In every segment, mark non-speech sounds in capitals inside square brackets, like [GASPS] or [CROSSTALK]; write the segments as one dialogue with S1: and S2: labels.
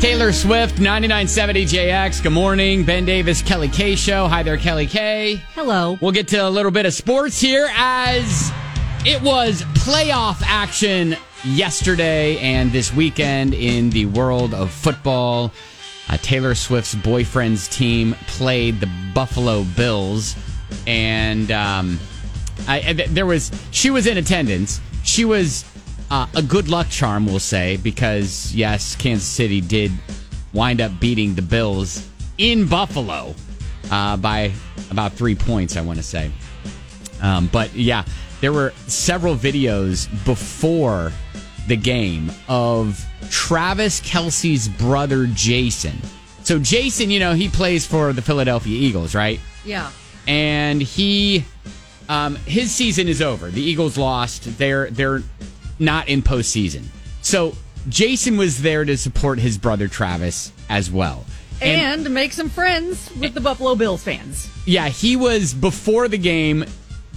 S1: Taylor Swift, 99.70 JX. Good morning. Ben Davis, Kelly K Show. Hi there, Kelly K.
S2: Hello.
S1: We'll get to a little bit of sports here as it was playoff action yesterday and this weekend in the world of football. Uh, Taylor Swift's boyfriend's team played the Buffalo Bills, and um, I, I- th- there was she was in attendance. She was uh, a good luck charm, we'll say, because yes, Kansas City did wind up beating the Bills in Buffalo uh, by about three points, I want to say. Um, but yeah, there were several videos before the game of Travis Kelsey's brother Jason. So Jason, you know, he plays for the Philadelphia Eagles, right?
S2: Yeah.
S1: and he um, his season is over. The Eagles lost. They're they're not in postseason. So Jason was there to support his brother Travis as well.
S2: And, make some friends with the Buffalo Bills fans.
S1: yeah, he was before the game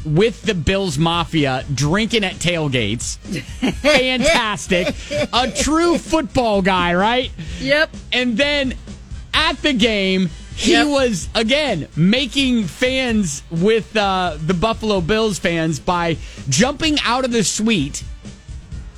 S1: with the Bills Mafia drinking at tailgates. Fantastic. A true football guy, right?
S2: Yep.
S1: And then at the game, he
S2: Yep.
S1: was again making fans with uh, the Buffalo Bills fans by jumping out of the suite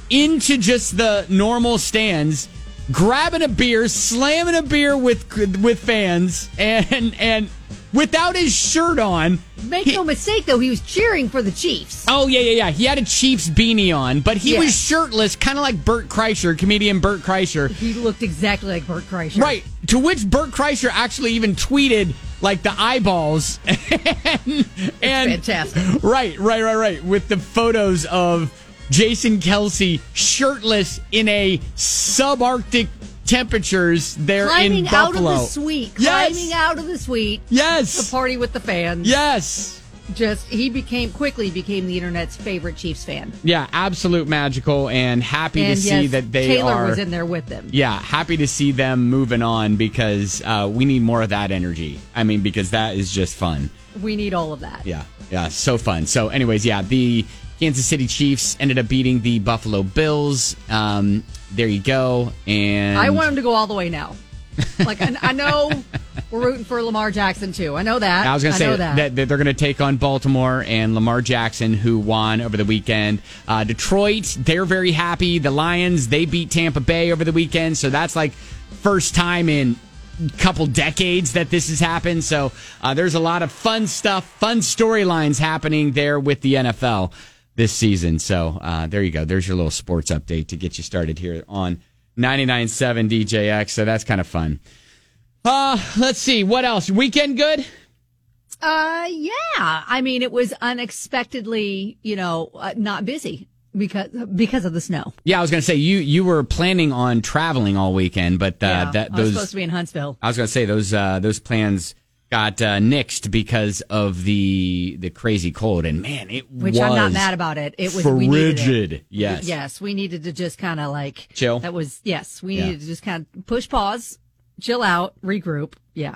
S1: into just the normal stands, grabbing a beer, slamming a beer with with fans, and and without his shirt on.
S2: Make no mistake, though, he was cheering for the Chiefs.
S1: Oh yeah, yeah, yeah. He had a Chiefs beanie on, but he was
S2: Yes.
S1: shirtless, kind of like Burt Kreischer, comedian Burt Kreischer.
S2: He looked exactly like Bert Kreischer.
S1: Right. To which Bert Kreischer actually even tweeted like the eyeballs [LAUGHS] and, and [LAUGHS]
S2: Fantastic.
S1: right, right, right, right. With the photos of Jason Kelsey shirtless in a subarctic temperatures there in
S2: Climbing out of
S1: Buffalo.
S2: the suite.
S1: Yes.
S2: Climbing out of the suite. The
S1: Yes.
S2: party with the fans.
S1: Yes.
S2: Just, he became, quickly became the internet's favorite Chiefs fan.
S1: Yeah, absolute magical and happy
S2: and
S1: to see
S2: yes,
S1: that they
S2: Taylor
S1: are
S2: was in there with them.
S1: yeah, happy to see them moving on because uh, we need more of that energy. I mean, because that is just fun.
S2: We need all of that.
S1: Yeah, yeah, so fun. So, anyways, yeah, the Kansas City Chiefs ended up beating the Buffalo Bills. Um, there you go. And
S2: I want him to go all the way
S1: [LAUGHS]
S2: now. Like, I, I know we're rooting for Lamar Jackson, too. I know that.
S1: I was going to say
S2: know
S1: that. that they're going to take on Baltimore and Lamar Jackson, who won over the weekend. Uh, Detroit, they're very happy. The Lions, they beat Tampa Bay over the weekend. So that's like first time in a couple decades that this has happened. So uh, there's a lot of fun stuff, fun storylines happening there with the NFL this season. So uh, there you go. There's your little sports update to get you started here on 99.7 DJX. So that's kind of fun. Uh, let's see what else. Weekend good?
S2: Uh, yeah. I mean, it was unexpectedly, you know, uh, not busy because because of the snow.
S1: Yeah, I was gonna say you you were planning on traveling all weekend, but uh,
S2: Yeah.
S1: that
S2: I was
S1: those
S2: supposed to be in Huntsville.
S1: I was gonna say those uh, those plans got uh, nixed because of the the crazy cold, and man, it
S2: Which I'm not mad about it. It was we needed it.
S1: frigid. Yes,
S2: Yes, we needed to just kind of like
S1: Chill.
S2: That was yes, we
S1: Yeah.
S2: needed to just kind of push pause, chill out, regroup. Yeah,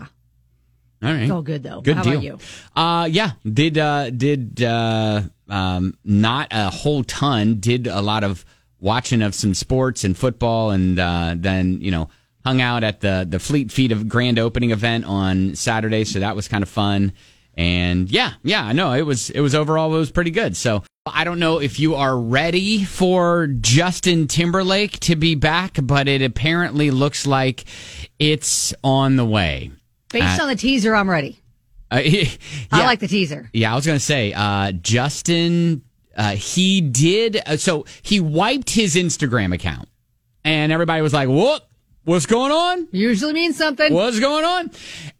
S1: All right,
S2: it's all good though.
S1: Good
S2: How
S1: deal.
S2: about you?
S1: Uh, yeah, did uh, did uh, um, not a whole ton. Did a lot of watching of some sports and football, and uh, then you know hung out at the the Fleet Feet of grand opening event on Saturday, so that was kind of fun. And yeah, yeah, I know it was it was overall it was pretty good. So I don't know if you are ready for Justin Timberlake to be back, but it apparently looks like it's on the way.
S2: Based on the teaser, I'm ready.
S1: Uh, [LAUGHS] yeah.
S2: I like the teaser.
S1: Yeah, I was going to say, uh, Justin, uh, he did. Uh, so he wiped his Instagram account, and everybody was like, "What? What's going on?
S2: Usually means something.
S1: What's going on?"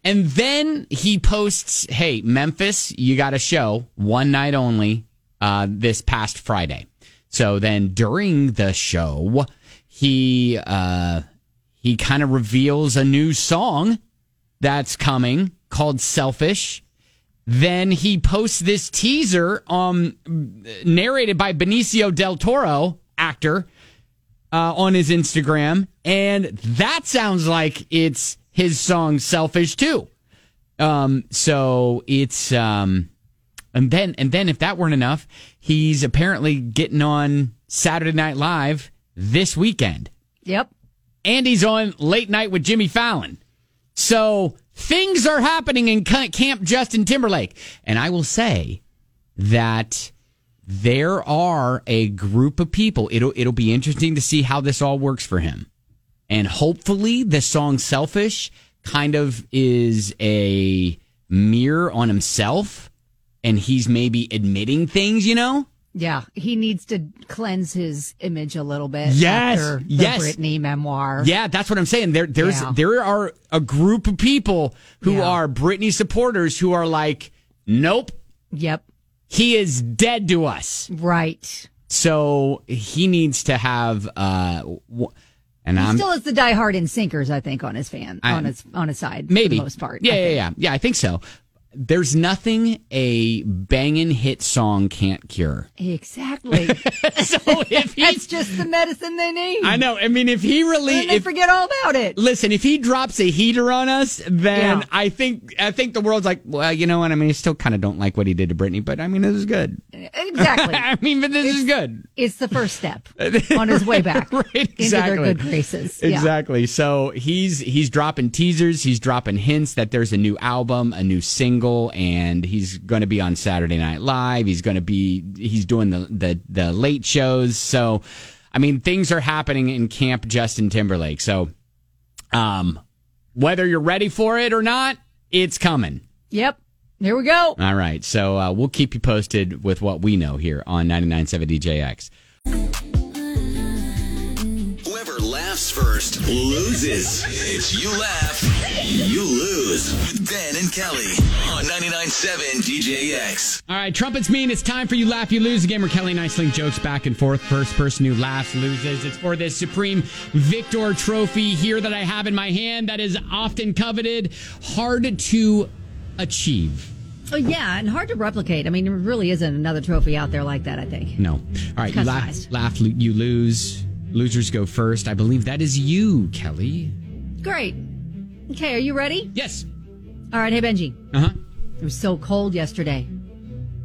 S1: And then he posts, "Hey, Memphis, you got a show one night only uh, this past Friday." So then during the show, he uh, he kind of reveals a new song that's coming called "Selfish." then he posts this teaser um narrated by Benicio del Toro actor uh, on his Instagram and that sounds like it's his song selfish too um so it's um and then and then if that weren't enough he's apparently getting on Saturday night live this weekend
S2: Yep.
S1: Andy's on late night with Jimmy Fallon. So things are happening in ca- Camp Justin Timberlake. And I will say that there are a group of people. It'll, it'll be interesting to see how this all works for him. And hopefully the song Selfish kind of is a mirror on himself and he's maybe admitting things, you know?
S2: Yeah, he needs to cleanse his image a little bit.
S1: Yes,
S2: after the
S1: yes.
S2: Britney memoir.
S1: Yeah, that's what I'm saying. There, there's
S2: Yeah.
S1: there are a group of people who
S2: Yeah.
S1: are Britney supporters who are like, nope,
S2: Yep,
S1: he is dead to us.
S2: right.
S1: So he needs to have, uh, w- and
S2: He
S1: I'm
S2: still has the diehard and sinkers, I think, on his fan on his on his side.
S1: maybe
S2: for the most part.
S1: Yeah,
S2: I
S1: yeah,
S2: think.
S1: yeah, yeah. I think so. There's nothing a banging hit song can't cure.
S2: exactly.
S1: [LAUGHS] So if [LAUGHS]
S2: That's
S1: he's,
S2: just the medicine they need.
S1: I know. I mean, if he really,
S2: and they
S1: if
S2: forget all about it.
S1: listen, if he drops a heater on us, then
S2: Yeah.
S1: I think I think the world's like, well, you know what? I mean, I still kind of don't like what he did to Britney, but I mean, this is good. [LAUGHS]
S2: Exactly.
S1: I mean, but this is good.
S2: it's the first
S1: [LAUGHS]
S2: step on his way back
S1: Right,
S2: into their
S1: exactly.
S2: good graces. Yeah.
S1: Exactly. So he's he's dropping teasers, he's dropping hints that there's a new album, a new single, and he's going to be on Saturday Night Live. He's going to be he's doing the, the the late shows. So, I mean, things are happening in Camp Justin Timberlake. So, um, whether you're ready for it or not, it's coming.
S2: Yep. Here we go.
S1: All right. So uh, we'll keep you posted with what we know here on 99.7DJX.
S3: Whoever laughs first loses. If you laugh, you lose. With Ben and Kelly on 99.7 DJX.
S1: All right, trumpets mean it's time for you laugh, you lose. A game where Kelly and I sling jokes back and forth. First person who laughs loses. It's for this supreme Victor trophy here that I have in my hand that is often coveted, hard to achieve.
S2: Oh, yeah, and hard to replicate. I mean, there really isn't another trophy out there like that. I think.
S1: No. All right, you laugh,
S2: Customized.
S1: laugh, lo- you lose. Losers go first. I believe that is you, Kelly.
S2: Great. Okay, are you ready?
S1: Yes.
S2: All right. Hey, Benji.
S1: Uh huh.
S2: It was so cold yesterday.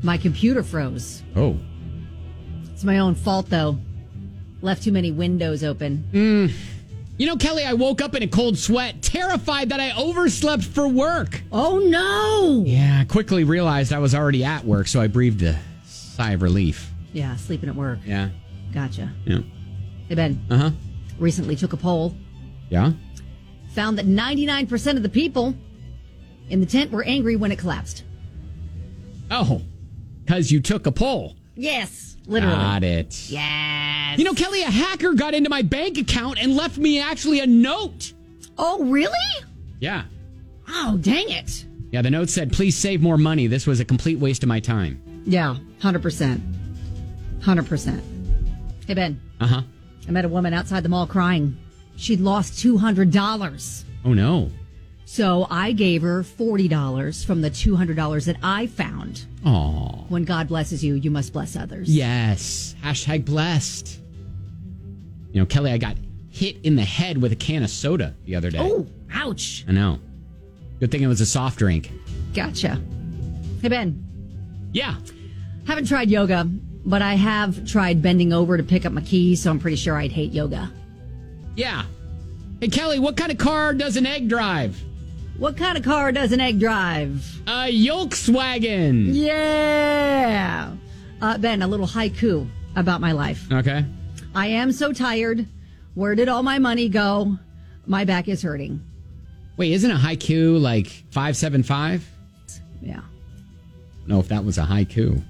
S2: My computer froze.
S1: Oh.
S2: It's my own fault though. Left too many windows open.
S1: You know, Kelly, I woke up in a cold sweat, terrified that I overslept for work.
S2: Oh no!
S1: Yeah, I quickly realized I was already at work, so I breathed a sigh of relief.
S2: Yeah, sleeping at work.
S1: Yeah.
S2: Gotcha.
S1: Yeah.
S2: Hey Ben,
S1: Uh huh.
S2: recently took a poll,
S1: Yeah.
S2: found that 99% of the people in the tent were angry when it collapsed.
S1: Oh, because you took a poll.
S2: Yes, literally.
S1: Got it.
S2: Yes.
S1: You know, Kelly, a hacker got into my bank account and left me actually a note.
S2: oh really?
S1: Yeah.
S2: Oh dang it!
S1: Yeah, the note said, please save more money. This was a complete waste of my time.
S2: Yeah, hundred percent, hundred percent. Hey Ben,
S1: Uh huh.
S2: I met a woman outside the mall crying. She'd lost two hundred dollars.
S1: Oh, no.
S2: So I gave her $40 from the $200 that I found.
S1: Aw.
S2: When God blesses you, you must bless others.
S1: Yes. Hashtag blessed. You know, Kelly, I got hit in the head with a can of soda the other day.
S2: Oh, ouch.
S1: I know. Good thing it was a soft drink.
S2: Gotcha. Hey, Ben,
S1: Yeah.
S2: haven't tried yoga, but I have tried bending over to pick up my keys, so I'm pretty sure I'd hate yoga.
S1: Yeah. Hey, Kelly, what kind of car does an egg drive?
S2: What kind of car does an egg drive?
S1: A Volkswagen.
S2: Yeah. Uh, ben, a little haiku about my life.
S1: Okay.
S2: I am so tired. Where did all my money go? My back is hurting.
S1: Wait, isn't a haiku like 575?
S2: Yeah.
S1: No, if that was a haiku.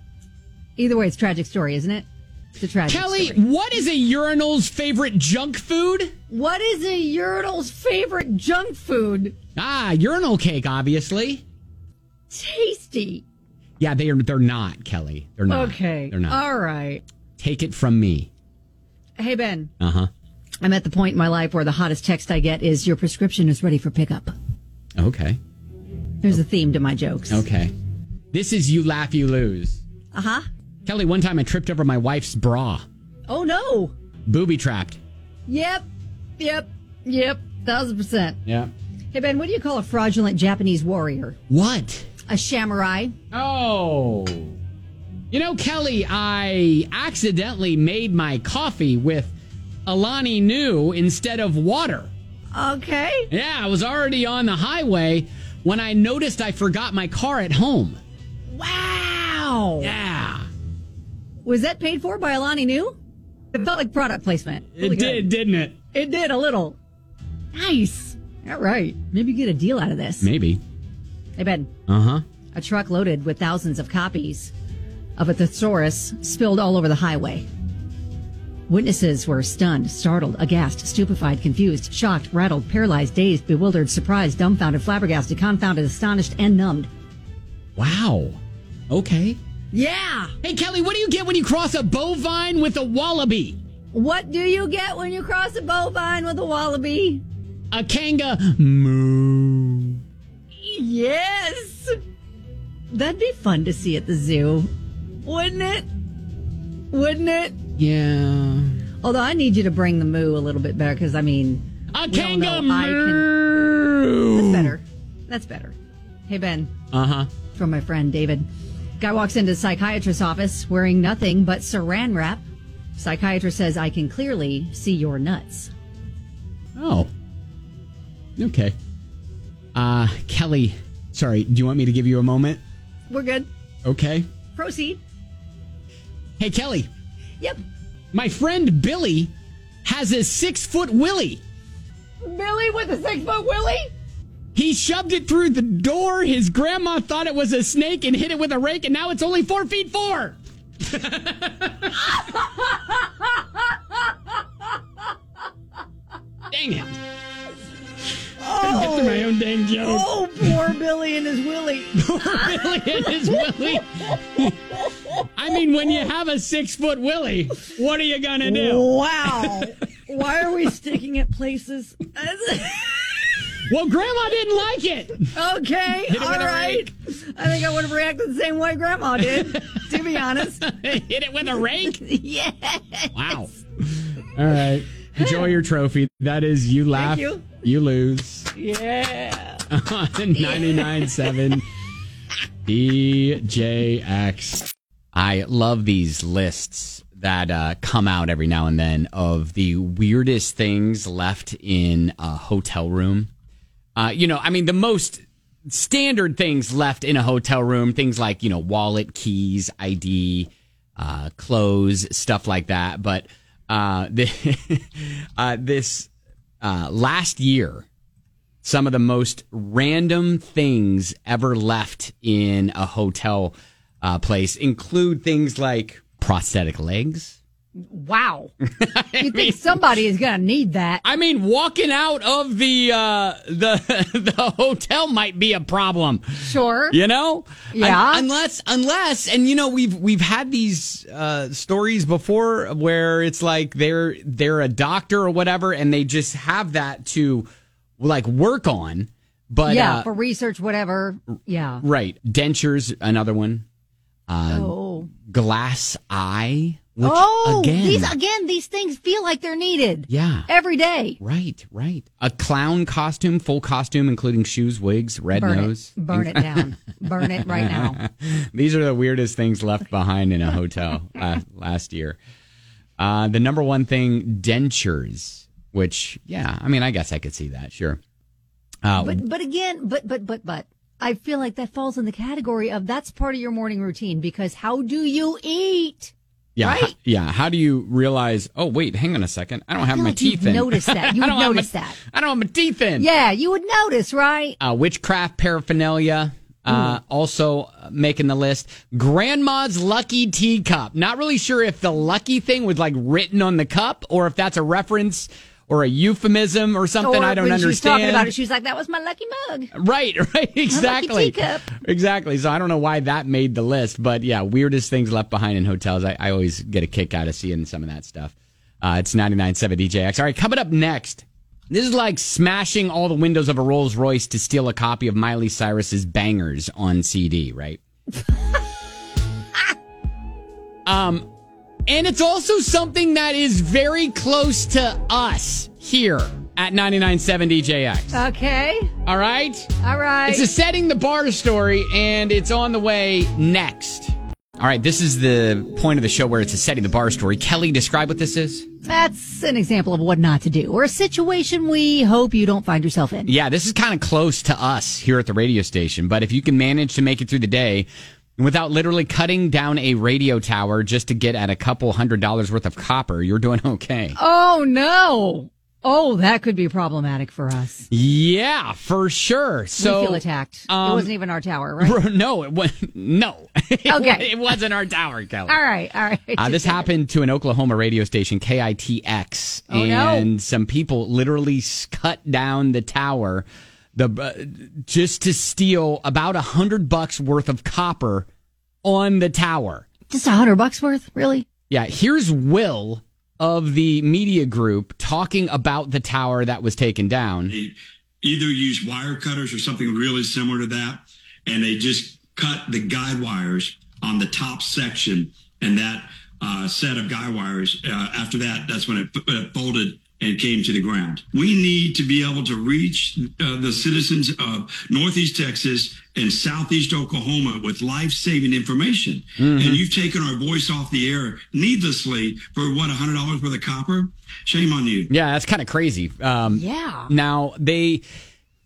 S2: Either way, it's a tragic story, isn't it? It's a tragic
S1: Kelly,
S2: story.
S1: what is a urinal's favorite junk food?
S2: What is a urinal's favorite junk food?
S1: Ah, urinal cake, obviously.
S2: Tasty.
S1: Yeah, they are, they're not, Kelly. They're not.
S2: Okay.
S1: They're not.
S2: All right.
S1: Take it from me.
S2: Hey, Ben.
S1: Uh huh.
S2: I'm at the point in my life where the hottest text I get is your prescription is ready for pickup.
S1: Okay.
S2: There's a theme to my jokes.
S1: Okay. This is You Laugh, You Lose.
S2: Uh huh.
S1: Kelly, one time I tripped over my wife's bra.
S2: Oh, no.
S1: Booby trapped.
S2: Yep. Yep. Yep. Thousand percent.
S1: Yeah.
S2: Hey, Ben, what do you call a fraudulent Japanese warrior?
S1: What?
S2: A samurai?
S1: Oh. You know, Kelly, I accidentally made my coffee with Alani knew instead of water.
S2: Okay.
S1: Yeah, I was already on the highway when I noticed I forgot my car at home.
S2: Wow.
S1: Yeah.
S2: Was that paid for by Alani New? It felt like product placement.
S1: It
S2: Really good.
S1: did, didn't it?
S2: It did a little. Nice. All right. Maybe get a deal out of this.
S1: Maybe.
S2: Hey, Ben.
S1: Uh huh.
S2: A truck loaded with thousands of copies of a thesaurus spilled all over the highway. Witnesses were stunned, startled, aghast, stupefied, confused, shocked, rattled, paralyzed, dazed, bewildered, surprised, dumbfounded, flabbergasted, confounded, astonished, and numbed.
S1: Wow. Okay.
S2: Yeah!
S1: Hey, Kelly, what do you get when you cross a bovine with a wallaby?
S2: What do you get when you cross a bovine with a wallaby?
S1: A kanga moo.
S2: Yes! That'd be fun to see at the zoo. Wouldn't it? Wouldn't it?
S1: Yeah.
S2: Although I need you to bring the moo a little bit better because I mean,
S1: A
S2: We all
S1: kanga
S2: know I
S1: moo.
S2: better. That's better. Hey, Ben,
S1: Uh huh.
S2: from my friend David. Guy walks into the psychiatrist's office wearing nothing but saran wrap. Psychiatrist says, I can clearly see your nuts.
S1: Oh. Okay. Uh, Kelly, sorry, do you want me to give you a moment?
S2: We're good.
S1: Okay.
S2: Proceed.
S1: Hey, Kelly,
S2: Yep.
S1: my friend Billy has a six foot willy.
S2: Billy with a six foot Willie?
S1: He shoved it through the door. His grandma thought it was a snake and hit it with a rake, and now it's only four feet four. Dang it. I get through my own dang joke.
S2: Oh, poor Billy and his Willie.
S1: Willie and his Willie. I mean, when you have a six foot Willie, what are you gonna do? [LAUGHS]
S2: Wow. Why are we sticking at places? [LAUGHS]
S1: Well, Grandma didn't like it. [LAUGHS]
S2: Okay,
S1: it with
S2: all
S1: a
S2: right.
S1: rake.
S2: I think I would have reacted the same way Grandma did, to
S1: [LAUGHS]
S2: be honest.
S1: Hit it with a rake.
S2: Yeah.
S1: Wow. All right. Enjoy your trophy. That is you laugh,
S2: you.
S1: lose
S2: Yeah.
S1: on 99.7 DJX. E I love these lists that uh, come out every now and then of the weirdest things left in a hotel room. Uh, you know, I mean, the most standard things left in a hotel room, things like, you know, wallet, keys, ID, uh, clothes, stuff like that. But uh, [LAUGHS] the, uh, this uh, last year, some of the most random things ever left in a hotel uh, place include things like prosthetic legs.
S2: Wow. [LAUGHS] You think somebody is going to need that?
S1: I mean, walking out of the uh, the [LAUGHS] the hotel might be a problem.
S2: Sure.
S1: You know?
S2: Yeah.
S1: Un- unless unless and you know we've we've had these uh stories before where it's like they're they're a doctor or whatever and they just have that to like work on. But
S2: yeah,
S1: uh,
S2: for research, whatever. Yeah.
S1: right, dentures another one,
S2: oh.
S1: glass eye Uh, which
S2: Oh,
S1: again
S2: these again, these things feel like they're needed.
S1: Yeah.
S2: Every day.
S1: Right, right. A clown costume, full costume, including shoes, wigs, red
S2: Burn
S1: nose. [LAUGHS]
S2: it. Burn it down. Burn it right now.
S1: These are the weirdest things left behind in a hotel [LAUGHS] uh, last year. Uh, the number one thing, dentures, which, yeah, I mean, I guess I could see that, sure. Uh,
S2: But but again, but but but but I feel like that falls in the category of that's part of your morning routine because how do you eat?
S1: yeah,
S2: right?
S1: h- yeah. How do you realize, oh, wait, hang on a second. I don't have
S2: feel
S1: my
S2: like
S1: teeth
S2: you've
S1: in.
S2: noticed that.
S1: [LAUGHS]
S2: You
S1: I
S2: would
S1: don't have my-
S2: notice that.
S1: I don't have my teeth in.
S2: Yeah, you would notice, right? Hmm.
S1: uh, witchcraft paraphernalia. Uh, also uh, making the list, grandma's lucky teacup. Not really sure if the lucky thing was like written on the cup or if that's a reference or a euphemism or something.
S2: or
S1: I don't
S2: when
S1: understand.
S2: she was talking about it, she was like, "That was my lucky mug."
S1: Right, [LAUGHS] right, exactly.
S2: teacup.
S1: Exactly. So I don't know why that made the list, but yeah, weirdest things left behind in hotels. I, I always get a kick out of seeing some of that stuff. Uh, it's 99.7 DJX. All right, coming up next. This is like smashing all the windows of a Rolls Royce to steal a copy of Miley Cyrus's Bangers on CD, right? [LAUGHS] um, and it's also something that is very close to us here at 99.7 DJX.
S2: Okay,
S1: All right?
S2: all right.
S1: It's a setting the bar story, and it's on the way next. All right, this is the point of the show where it's a setting the bar story. Kelly, describe what this is.
S2: That's an example of what not to do, or a situation we hope you don't find yourself in.
S1: Yeah, this is kind of close to us here at the radio station, but if you can manage to make it through the day without literally cutting down a radio tower just to get at a couple hundred dollars worth of copper, you're doing [LAUGHS] okay.
S2: Oh no! Oh, that could be problematic for us.
S1: Yeah, for sure. So
S2: we feel attacked. it
S1: um,
S2: wasn't even our tower, right?
S1: Bro, no, it was [LAUGHS] no. It wa-
S2: Okay.
S1: it wasn't our tower, Kelly.
S2: All right, all right.
S1: Uh,
S2: [LAUGHS]
S1: this happened to an Oklahoma radio station, KITX,
S2: Oh, no.
S1: and some people literally s- cut down the tower, the uh, just to steal about a hundred bucks worth of copper on the tower.
S2: Just a hundred bucks worth, really?
S1: Yeah, here's Will of the media group talking about the tower that was taken down.
S4: they either use wire cutters or something really similar to that, and they just cut the guide wires on the top section and that uh, set of guide wires. Uh, after that, that's when it, it folded and came to the ground. We need to be able to reach uh, the citizens of Northeast Texas and Southeast Oklahoma with life-saving information. And you've taken our voice off the air needlessly for what $100 worth of copper? Shame on you.
S1: Yeah, that's kind of crazy. Um,
S2: Yeah.
S1: Now they,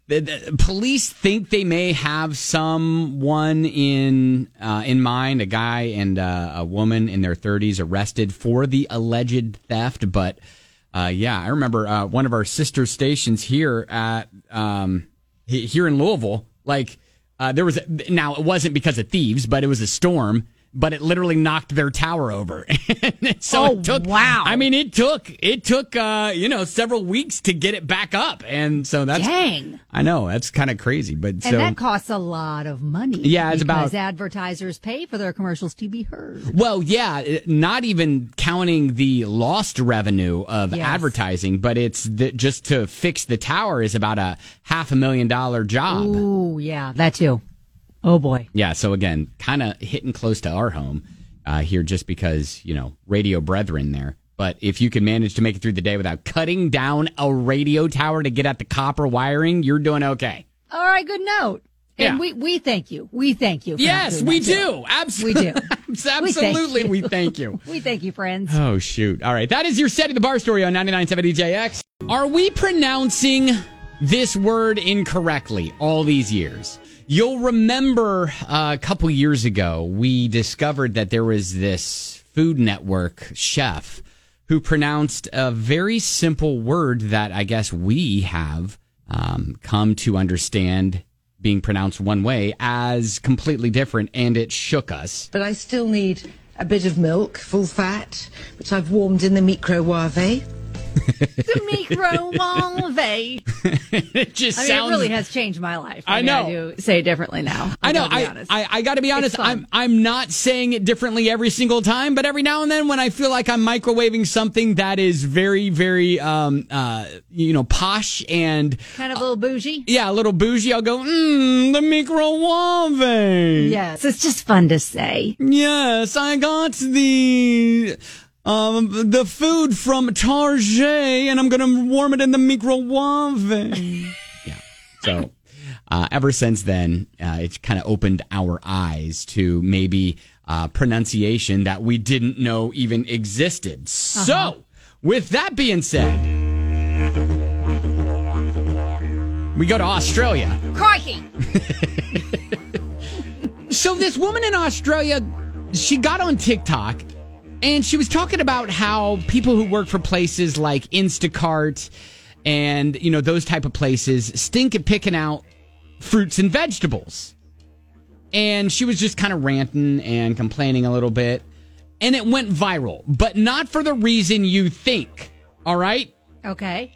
S1: the, the police think they may have someone in uh, in mind, a guy and uh, a woman in their 30s arrested for the alleged theft. But uh, yeah, I remember uh, one of our sister stations here at um, he- here in Louisville. Like uh, there was a, now it wasn't because of thieves, but it was a storm. But it literally knocked their tower over. [LAUGHS] And so
S2: Oh,
S1: it took,
S2: wow.
S1: I mean. I mean, it took it took uh, you know several weeks to get it back up, and so that's
S2: Dang.
S1: I know that's kind of crazy, but
S2: And
S1: so
S2: that costs a lot of money.
S1: Yeah, it's
S2: because
S1: about-
S2: advertisers pay for their commercials to be heard.
S1: well, yeah, it- not even counting the lost revenue of
S2: Yes.
S1: advertising, but it's the, just to fix the tower is about a half a million dollar job.
S2: Ooh, yeah, that too. Oh boy.
S1: Yeah, so again, kind of hitting close to our home uh, here just because, you know, radio brethren there. But if you can manage to make it through the day without cutting down a radio tower to get at the copper wiring, you're doing okay.
S2: All right, good note.
S1: Yeah.
S2: And we, we thank you. We thank you. for not
S1: Yes,
S2: doing
S1: we
S2: that,
S1: do.
S2: We
S1: Absolutely. [LAUGHS]
S2: do. [LAUGHS]
S1: Absolutely, we thank you.
S2: We thank you, friends.
S1: Oh, shoot. All right. That is your setting the bar story on 99.7 DJX. E Are we pronouncing this word incorrectly all these years? You'll remember uh, a couple years ago, we discovered that there was this Food Network chef who pronounced a very simple word that I guess we have um, come to understand being pronounced one way as completely different, and it shook us.
S5: but I still need a bit of milk, full fat, which I've warmed in the microwave.
S2: [LAUGHS] The microwave.
S1: It just
S2: I mean,
S1: sounds
S2: it really has changed my life.
S1: I
S2: mean,
S1: know.
S2: do say it differently now.
S1: I know.
S2: gotta be
S1: I,
S2: honest.
S1: I I got to be honest.
S2: fun.
S1: I'm I'm not saying it differently every single time, but every now and then, when I feel like I'm microwaving something that is very very um uh you know posh and
S2: kind of a little bougie.
S1: yeah a little bougie, I'll go mmm the microwave.
S2: Yes, it's just fun to say.
S1: Yes, I got the. Um, the food from Target, and I'm gonna warm it in the microwave. [LAUGHS] yeah. So, uh, ever since then, uh, it's kind of opened our eyes to maybe uh, pronunciation that we didn't know even existed. So, with that being said, we go to Australia.
S2: Crikey!
S1: So this woman in Australia, she got on TikTok and she was talking about how people who work for places like Instacart and you know those type of places stink at picking out fruits and vegetables. And she was just kind of ranting and complaining a little bit and it went viral, but not for the reason you think. All right?
S2: Okay.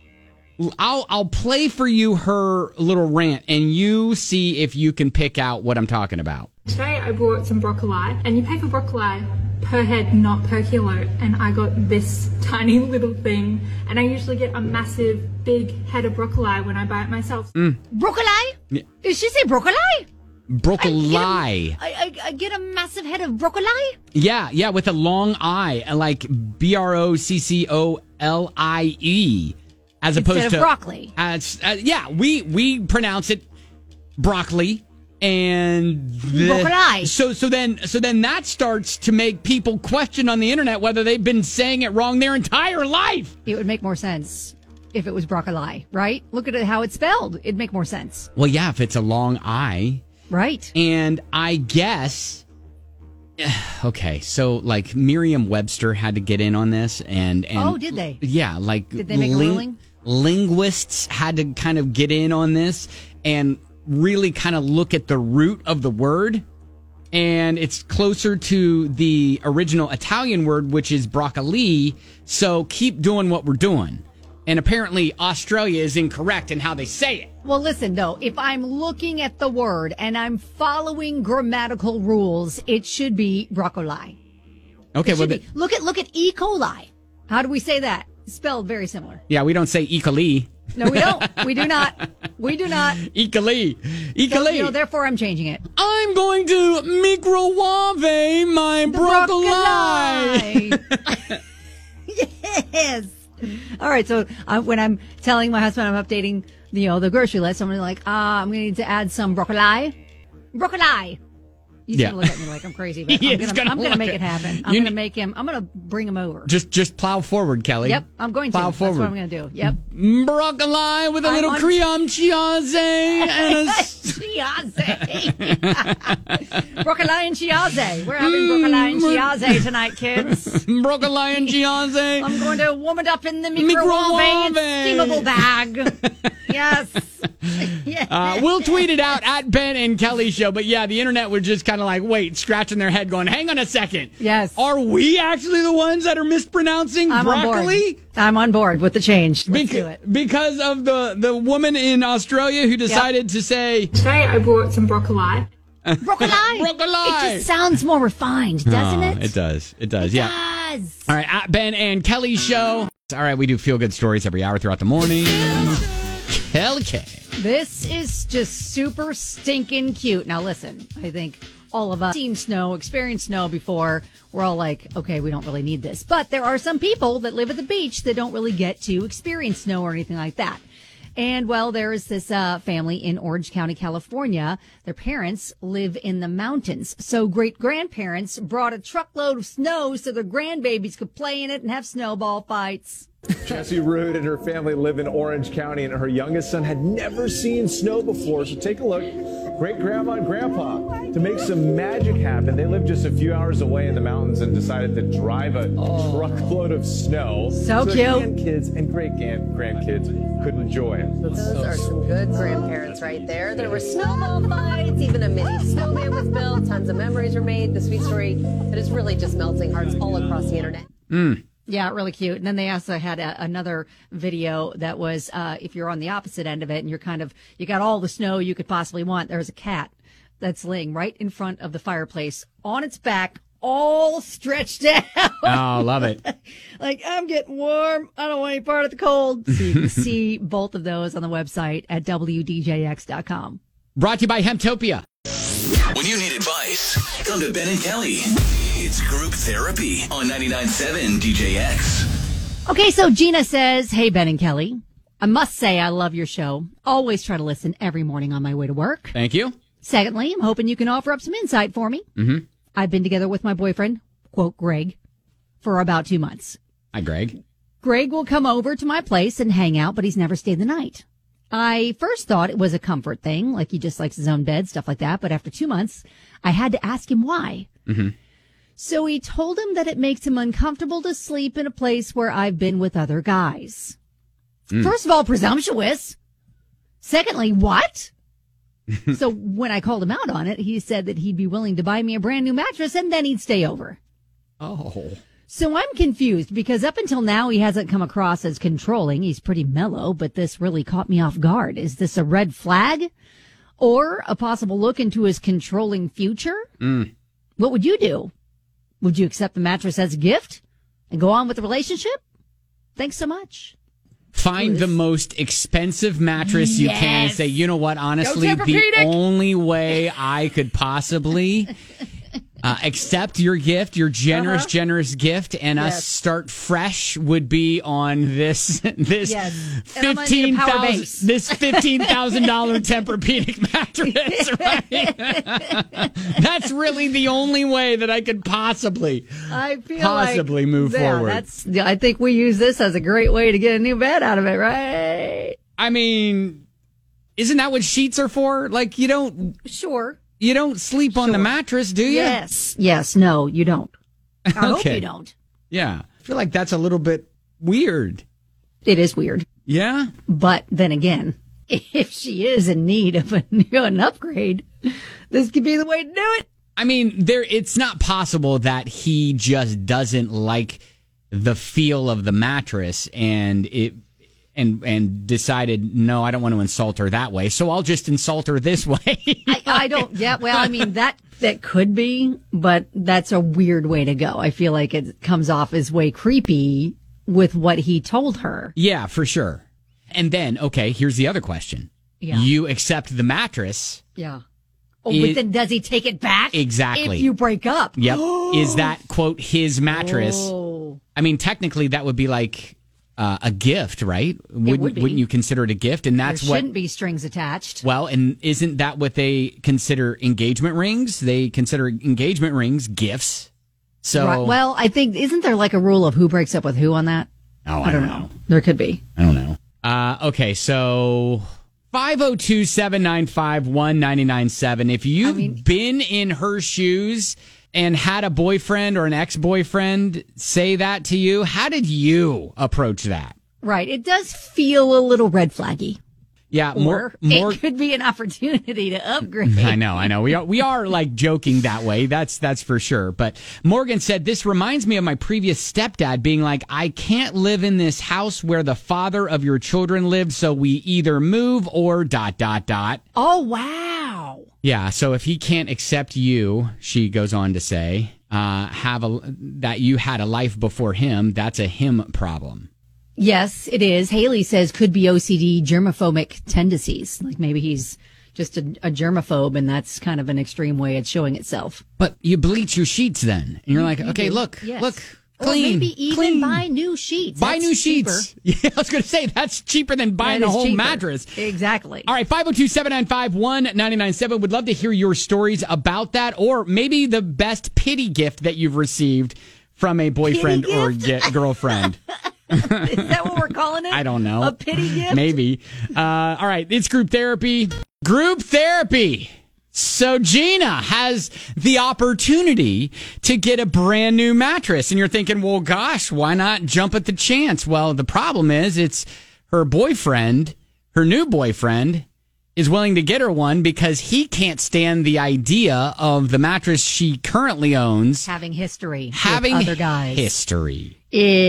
S1: I'll I'll play for you her little rant and you see if you can pick out what I'm talking about.
S6: Today I bought some broccoli, and you pay for broccoli per head, not per kilo. And I got this [LAUGHS] tiny little thing, and I usually get a massive, big head of broccoli when I buy it myself.
S2: Broccoli? Did she say broccoli?
S1: Broccoli.
S2: I, I, I get a massive head of broccoli?
S1: Yeah, yeah, with a long I, like B R O C C O L I E, as
S2: Instead
S1: opposed
S2: of
S1: to
S2: broccoli.
S1: As, uh, yeah, we we pronounce it broccoli, and the-
S2: Broccoli.
S1: so so then so then that starts to make people question on the internet whether they've been saying it wrong their entire life.
S2: It would make more sense if it was broccoli, right? Look at it, how it's spelled. It'd make more sense,
S1: Well, yeah, if it's a long I,
S2: right?
S1: and I guess [SIGHS] okay, so like Merriam-Webster had to get in on this, and and
S2: Oh, did they?
S1: Yeah, like
S2: Did they make a ruling?
S1: Linguists had to kind of get in on this and really kind of look at the root of the word. And it's closer to the original Italian word, which is broccoli. So keep doing what we're doing. And apparently, Australia is incorrect in how they say it.
S2: Well, listen, though, if I'm looking at the word and I'm following grammatical rules, it should be broccoli.
S1: Okay, well,
S2: Should
S1: the-
S2: be. Look at look at E. coli. How do we say that? Spelled very similar.
S1: yeah, we don't say E ecoli.
S2: No, we don't. we do not. We do not.
S1: Equally, equally.
S2: You know, therefore, I'm changing it.
S1: I'm going to microwave my broccoli. [LAUGHS]
S2: Broccoli. yes. All right. So uh, when I'm telling my husband I'm updating, you know, the grocery list, I'm like, ah, I'm going to need to add some broccoli. Broccoli. He's
S1: Yeah.
S2: gonna look at me like I'm
S1: [LAUGHS]
S2: crazy, but
S1: He
S2: I'm
S1: is
S2: gonna,
S1: gonna
S2: I'm gonna
S1: look
S2: make
S1: at-
S2: it happen. I'm
S1: You
S2: gonna
S1: need-
S2: make him. I'm gonna bring him over.
S1: Just, just plow forward, Kelly.
S2: Yep, I'm going to.
S1: plow
S2: That's
S1: forward.
S2: what I'm going to do.
S1: [LAUGHS]
S2: Yep. [LAUGHS]
S1: Broccoli with a
S2: I'm
S1: little
S2: on-
S1: cream chiase and a
S2: [LAUGHS]
S1: s-
S2: Chiaze. broccoli and Chiaze. We're having broccoli
S1: Mm,
S2: and Chiaze tonight, kids.
S1: broccoli and
S2: [LAUGHS] I'm
S1: chiase.
S2: going to warm it up in the microwave.
S1: Microwave.
S2: Steamable bag.
S1: [LAUGHS]
S2: yes. [LAUGHS] yeah.
S1: Uh, we'll tweet it out at Ben and Kelly Show. But yeah, the internet were just kind of like, wait, scratching their head, going, "Hang on a second.
S2: Yes.
S1: are we actually the ones that are mispronouncing
S2: I'm
S1: broccoli?"
S2: on board. I'm on board with the change. Let's
S1: Bec-
S2: do it.
S1: Because of the, the woman in Australia who decided to say,
S6: Today I bought some broccoli.
S1: [LAUGHS]
S2: Broccoli.
S1: Broccoli.
S2: It just sounds more refined, doesn't
S1: Oh,
S2: it?
S1: does. It does. yeah.
S2: does.
S1: All right. At Ben and Kelly show. All right. We do feel good stories every hour throughout the morning. Kelly. K.
S2: This is just super stinking cute. Now listen, I think all of us seen snow, experienced snow before. We're all like, okay, we don't really need this. But there are some people that live at the beach that don't really get to experience snow or anything like that. And well, there is this uh, family in Orange County, California. Their parents live in the mountains. So great grandparents brought a truckload of snow so their grandbabies could play in it and have snowball fights.
S7: Jessie Rood and her family live in Orange County, and her youngest son had never seen snow before. So take a look. Great grandma and grandpa to make some magic happen. They live just a few hours away in the mountains and decided to drive a truckload of snow
S2: Oh. So
S7: the
S2: cute.
S7: grandkids and great grand- grandkids could enjoy it.
S8: Those are some good grandparents right there. There were snowball fights, even a mini snowman was built, tons of memories were made. The sweet story that is really just melting hearts all across the internet.
S2: Yeah, really cute. And then they also had a, another video that was uh, if you're on the opposite end of it and you're kind of you got all the snow you could possibly want. There's a cat that's laying right in front of the fireplace on its back, all stretched [LAUGHS] out.
S1: Oh, love it.
S2: like I'm getting warm. I don't want any part of the cold. So you can see both of those on the website at wdjx.com.
S1: Brought to you by Hemptopia.
S3: When you need advice, come to Ben and Kelly. It's group therapy on 99.7 DJX.
S2: Okay, so Gina says, "Hey Ben and Kelly, I must say I love your show. Always try to listen every morning on my way to work."
S1: Thank you.
S2: Secondly, I'm hoping you can offer up some insight for me. Mm-hmm. I've been together with my boyfriend, quote Greg, for about two months.
S1: Hi, Greg.
S2: Greg will come over to my place and hang out, but he's never stayed the night. I first thought it was a comfort thing, like he just likes his own bed, stuff like that. But after two months, I had to ask him why. Mm-hmm. So he told him that it makes him uncomfortable to sleep in a place where I've been with other guys. First of all, presumptuous. Secondly, what? so when I called him out on it, he said that he'd be willing to buy me a brand new mattress and then he'd stay over.
S1: Oh.
S2: So I'm confused because up until now he hasn't come across as controlling. He's pretty mellow, but this really caught me off guard. Is this a red flag or a possible look into his controlling future?
S1: Mm.
S2: What would you do? Would you accept the mattress as a gift and go on with the relationship? Thanks so much.
S1: Find the most expensive mattress you can.
S2: Yes.
S1: Say, you know what? Honestly, the
S2: Tempur-Pedic.
S9: [LAUGHS]
S1: only way I could possibly Uh, accept your gift, your generous, generous gift, and us
S9: Uh-huh. Yes.
S1: start fresh would be on this [LAUGHS] this
S9: Yes. And I'm gonna
S1: fifteen
S9: need a power
S1: thousand
S9: base.
S1: this fifteen
S9: [LAUGHS]
S1: thousand dollar Tempur-Pedic mattress. Right? [LAUGHS] That's really the only way that I could possibly.
S9: I feel
S1: Possibly
S9: like,
S1: move
S9: yeah,
S1: forward.
S9: That's. yeah, I think we use this as a great way to get a new bed out of it, right?
S1: I mean, isn't that what sheets are for? Like you don't
S9: Sure.
S1: you don't sleep on the mattress, do you?
S9: Yes.
S2: Yes, no, you don't.
S9: I hope
S1: Okay.
S9: you don't.
S1: Yeah. I feel like that's a little bit weird.
S2: It is weird.
S1: Yeah.
S2: But then again, [LAUGHS] if she is in need of a [LAUGHS] new, an upgrade, this could be the way to do it.
S1: I mean, there it's not possible that he just doesn't like the feel of the mattress and it and and decided no, I don't want to insult her that way. So I'll just insult her this [LAUGHS] way.
S2: I, I don't. Yeah. Well, I mean that that could be, but that's a weird way to go. I feel like it comes off as way creepy with what he told her.
S1: yeah, for sure. And then, okay, here's the other question.
S2: Yeah.
S1: You accept the mattress.
S2: Yeah. Oh,
S1: It-
S2: but then does he take it back?
S1: Exactly.
S2: If you break
S1: [GASPS]
S2: up.
S1: Yep. Is that quote his mattress?
S2: Oh.
S1: I mean, technically that would be like uh, a gift, right? Wouldn't
S2: would be.
S1: wouldn't you consider it a gift? And
S2: There
S1: that's what
S2: shouldn't be strings attached.
S1: Well, and isn't that what they consider engagement rings? They consider engagement rings gifts. So,
S2: Right. Well, I think isn't there like a rule of who breaks up with who on that?
S1: oh,
S2: I don't know. There could be.
S1: I don't know. Uh, okay, so 502 795 1997. If you've been in her shoes and had a boyfriend or an ex boyfriend say that to you, how did you approach that?
S2: Right. It does feel a little red flaggy.
S1: Yeah, more,
S2: Or
S1: more.
S2: it could be an opportunity to upgrade.
S1: I know, I know. We are we are like joking that way. That's that's for sure. But Morgan said this reminds me of my previous stepdad being like, "I can't live in this house where the father of your children lived, so we either move or dot dot dot."
S2: Oh wow.
S1: Yeah. So if he can't accept you, she goes on to say, uh, "Have a that you had a life before him. That's a him problem."
S2: Yes, it is. Haley says could be OCD germophobic tendencies. Like maybe he's just a, a germaphobe and that's kind of an extreme way it's showing itself.
S1: But you bleach your sheets then, and you're like, "Okay, look,
S2: Yes.
S1: look."
S2: or
S1: Clean,
S2: maybe even
S1: clean.
S2: buy new sheets.
S1: Buy
S2: That's
S1: new
S2: cheaper.
S1: sheets. [LAUGHS] Yeah, I was going to say that's cheaper than buying
S2: That
S1: a
S2: is
S1: whole
S2: cheaper.
S1: mattress.
S2: Exactly.
S1: All right, 502 795 1997. Would love to hear your stories about that or maybe the best pity gift that you've received from a boyfriend or ge-
S2: [LAUGHS]
S1: girlfriend.
S2: Is that what
S1: [LAUGHS]
S2: we're calling it?
S1: I don't know.
S2: A pity
S1: [LAUGHS]
S2: gift?
S1: Maybe. Uh, all right, it's group therapy. Group therapy. So Gina has the opportunity to get a brand new mattress, and you're thinking, well, gosh, why not jump at the chance? Well, the problem is, it's her boyfriend, her new boyfriend. Is willing to get her one because he can't stand the idea of the mattress she currently owns
S2: Having history
S1: having
S2: with other guys.
S1: history.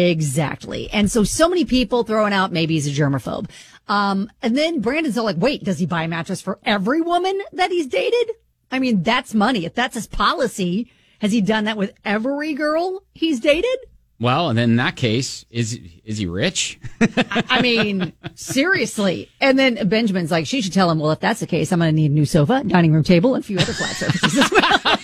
S2: Exactly. And so, so many people throwing out maybe he's a germaphobe. Um, and then Brandon's all like, wait, does he buy a mattress for every woman that he's dated? I mean, that's money. If that's his policy, has he done that with every girl he's dated?
S1: Well, and then in that case, is is he rich? [LAUGHS]
S2: I mean, [LAUGHS] seriously. And then Benjamin's like, she should tell him, well, if that's the case, I'm going to need a new sofa, dining room table, and a few other flat surfaces. [LAUGHS] as well."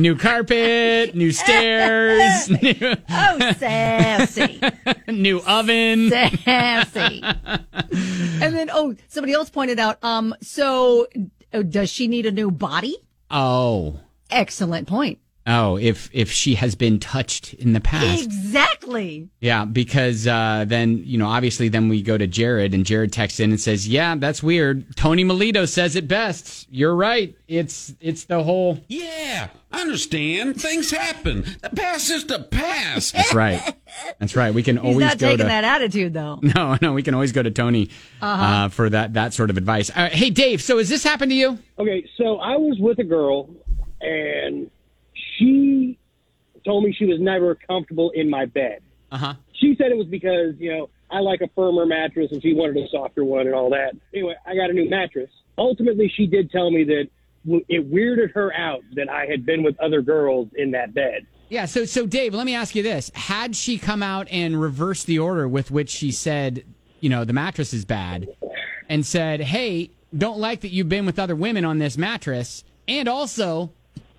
S1: new carpet, new
S2: [LAUGHS]
S1: stairs, new,
S2: oh, sassy.
S1: new oven.
S2: sassy. and then, oh, somebody else pointed out. Um, so oh, does she need a new body?
S1: Oh,
S2: Excellent point.
S1: oh, if if she has been touched in the past,
S2: Exactly.
S1: yeah, because uh, then you know, obviously, then we go to Jared, and Jared texts in and says, "Yeah, that's weird." Tony Melito says it best. You're right. It's it's the whole.
S10: Yeah, I understand. Things happen. The past is the past.
S1: That's right. That's right. We can
S2: He's
S1: always
S2: not
S1: go
S2: taking
S1: to.
S2: that Uh-huh. attitude though.
S1: [LAUGHS] No, no, we can always go to Tony uh for that that sort of advice. Uh, hey, Dave. So, has this happened to you?
S11: Okay, so I was with a girl, and she told me she was never comfortable in my bed.
S1: Uh huh.
S11: She said it was because, you know, I like a firmer mattress and she wanted a softer one and all that. Anyway, I got a new mattress. Ultimately, she did tell me that w- it weirded her out that I had been with other girls in that bed.
S1: Yeah, so so Dave, let me ask you this. Had she come out and reversed the order with which she said, you know, the mattress is bad and said, "Hey, don't like that you've been with other women on this mattress." And also,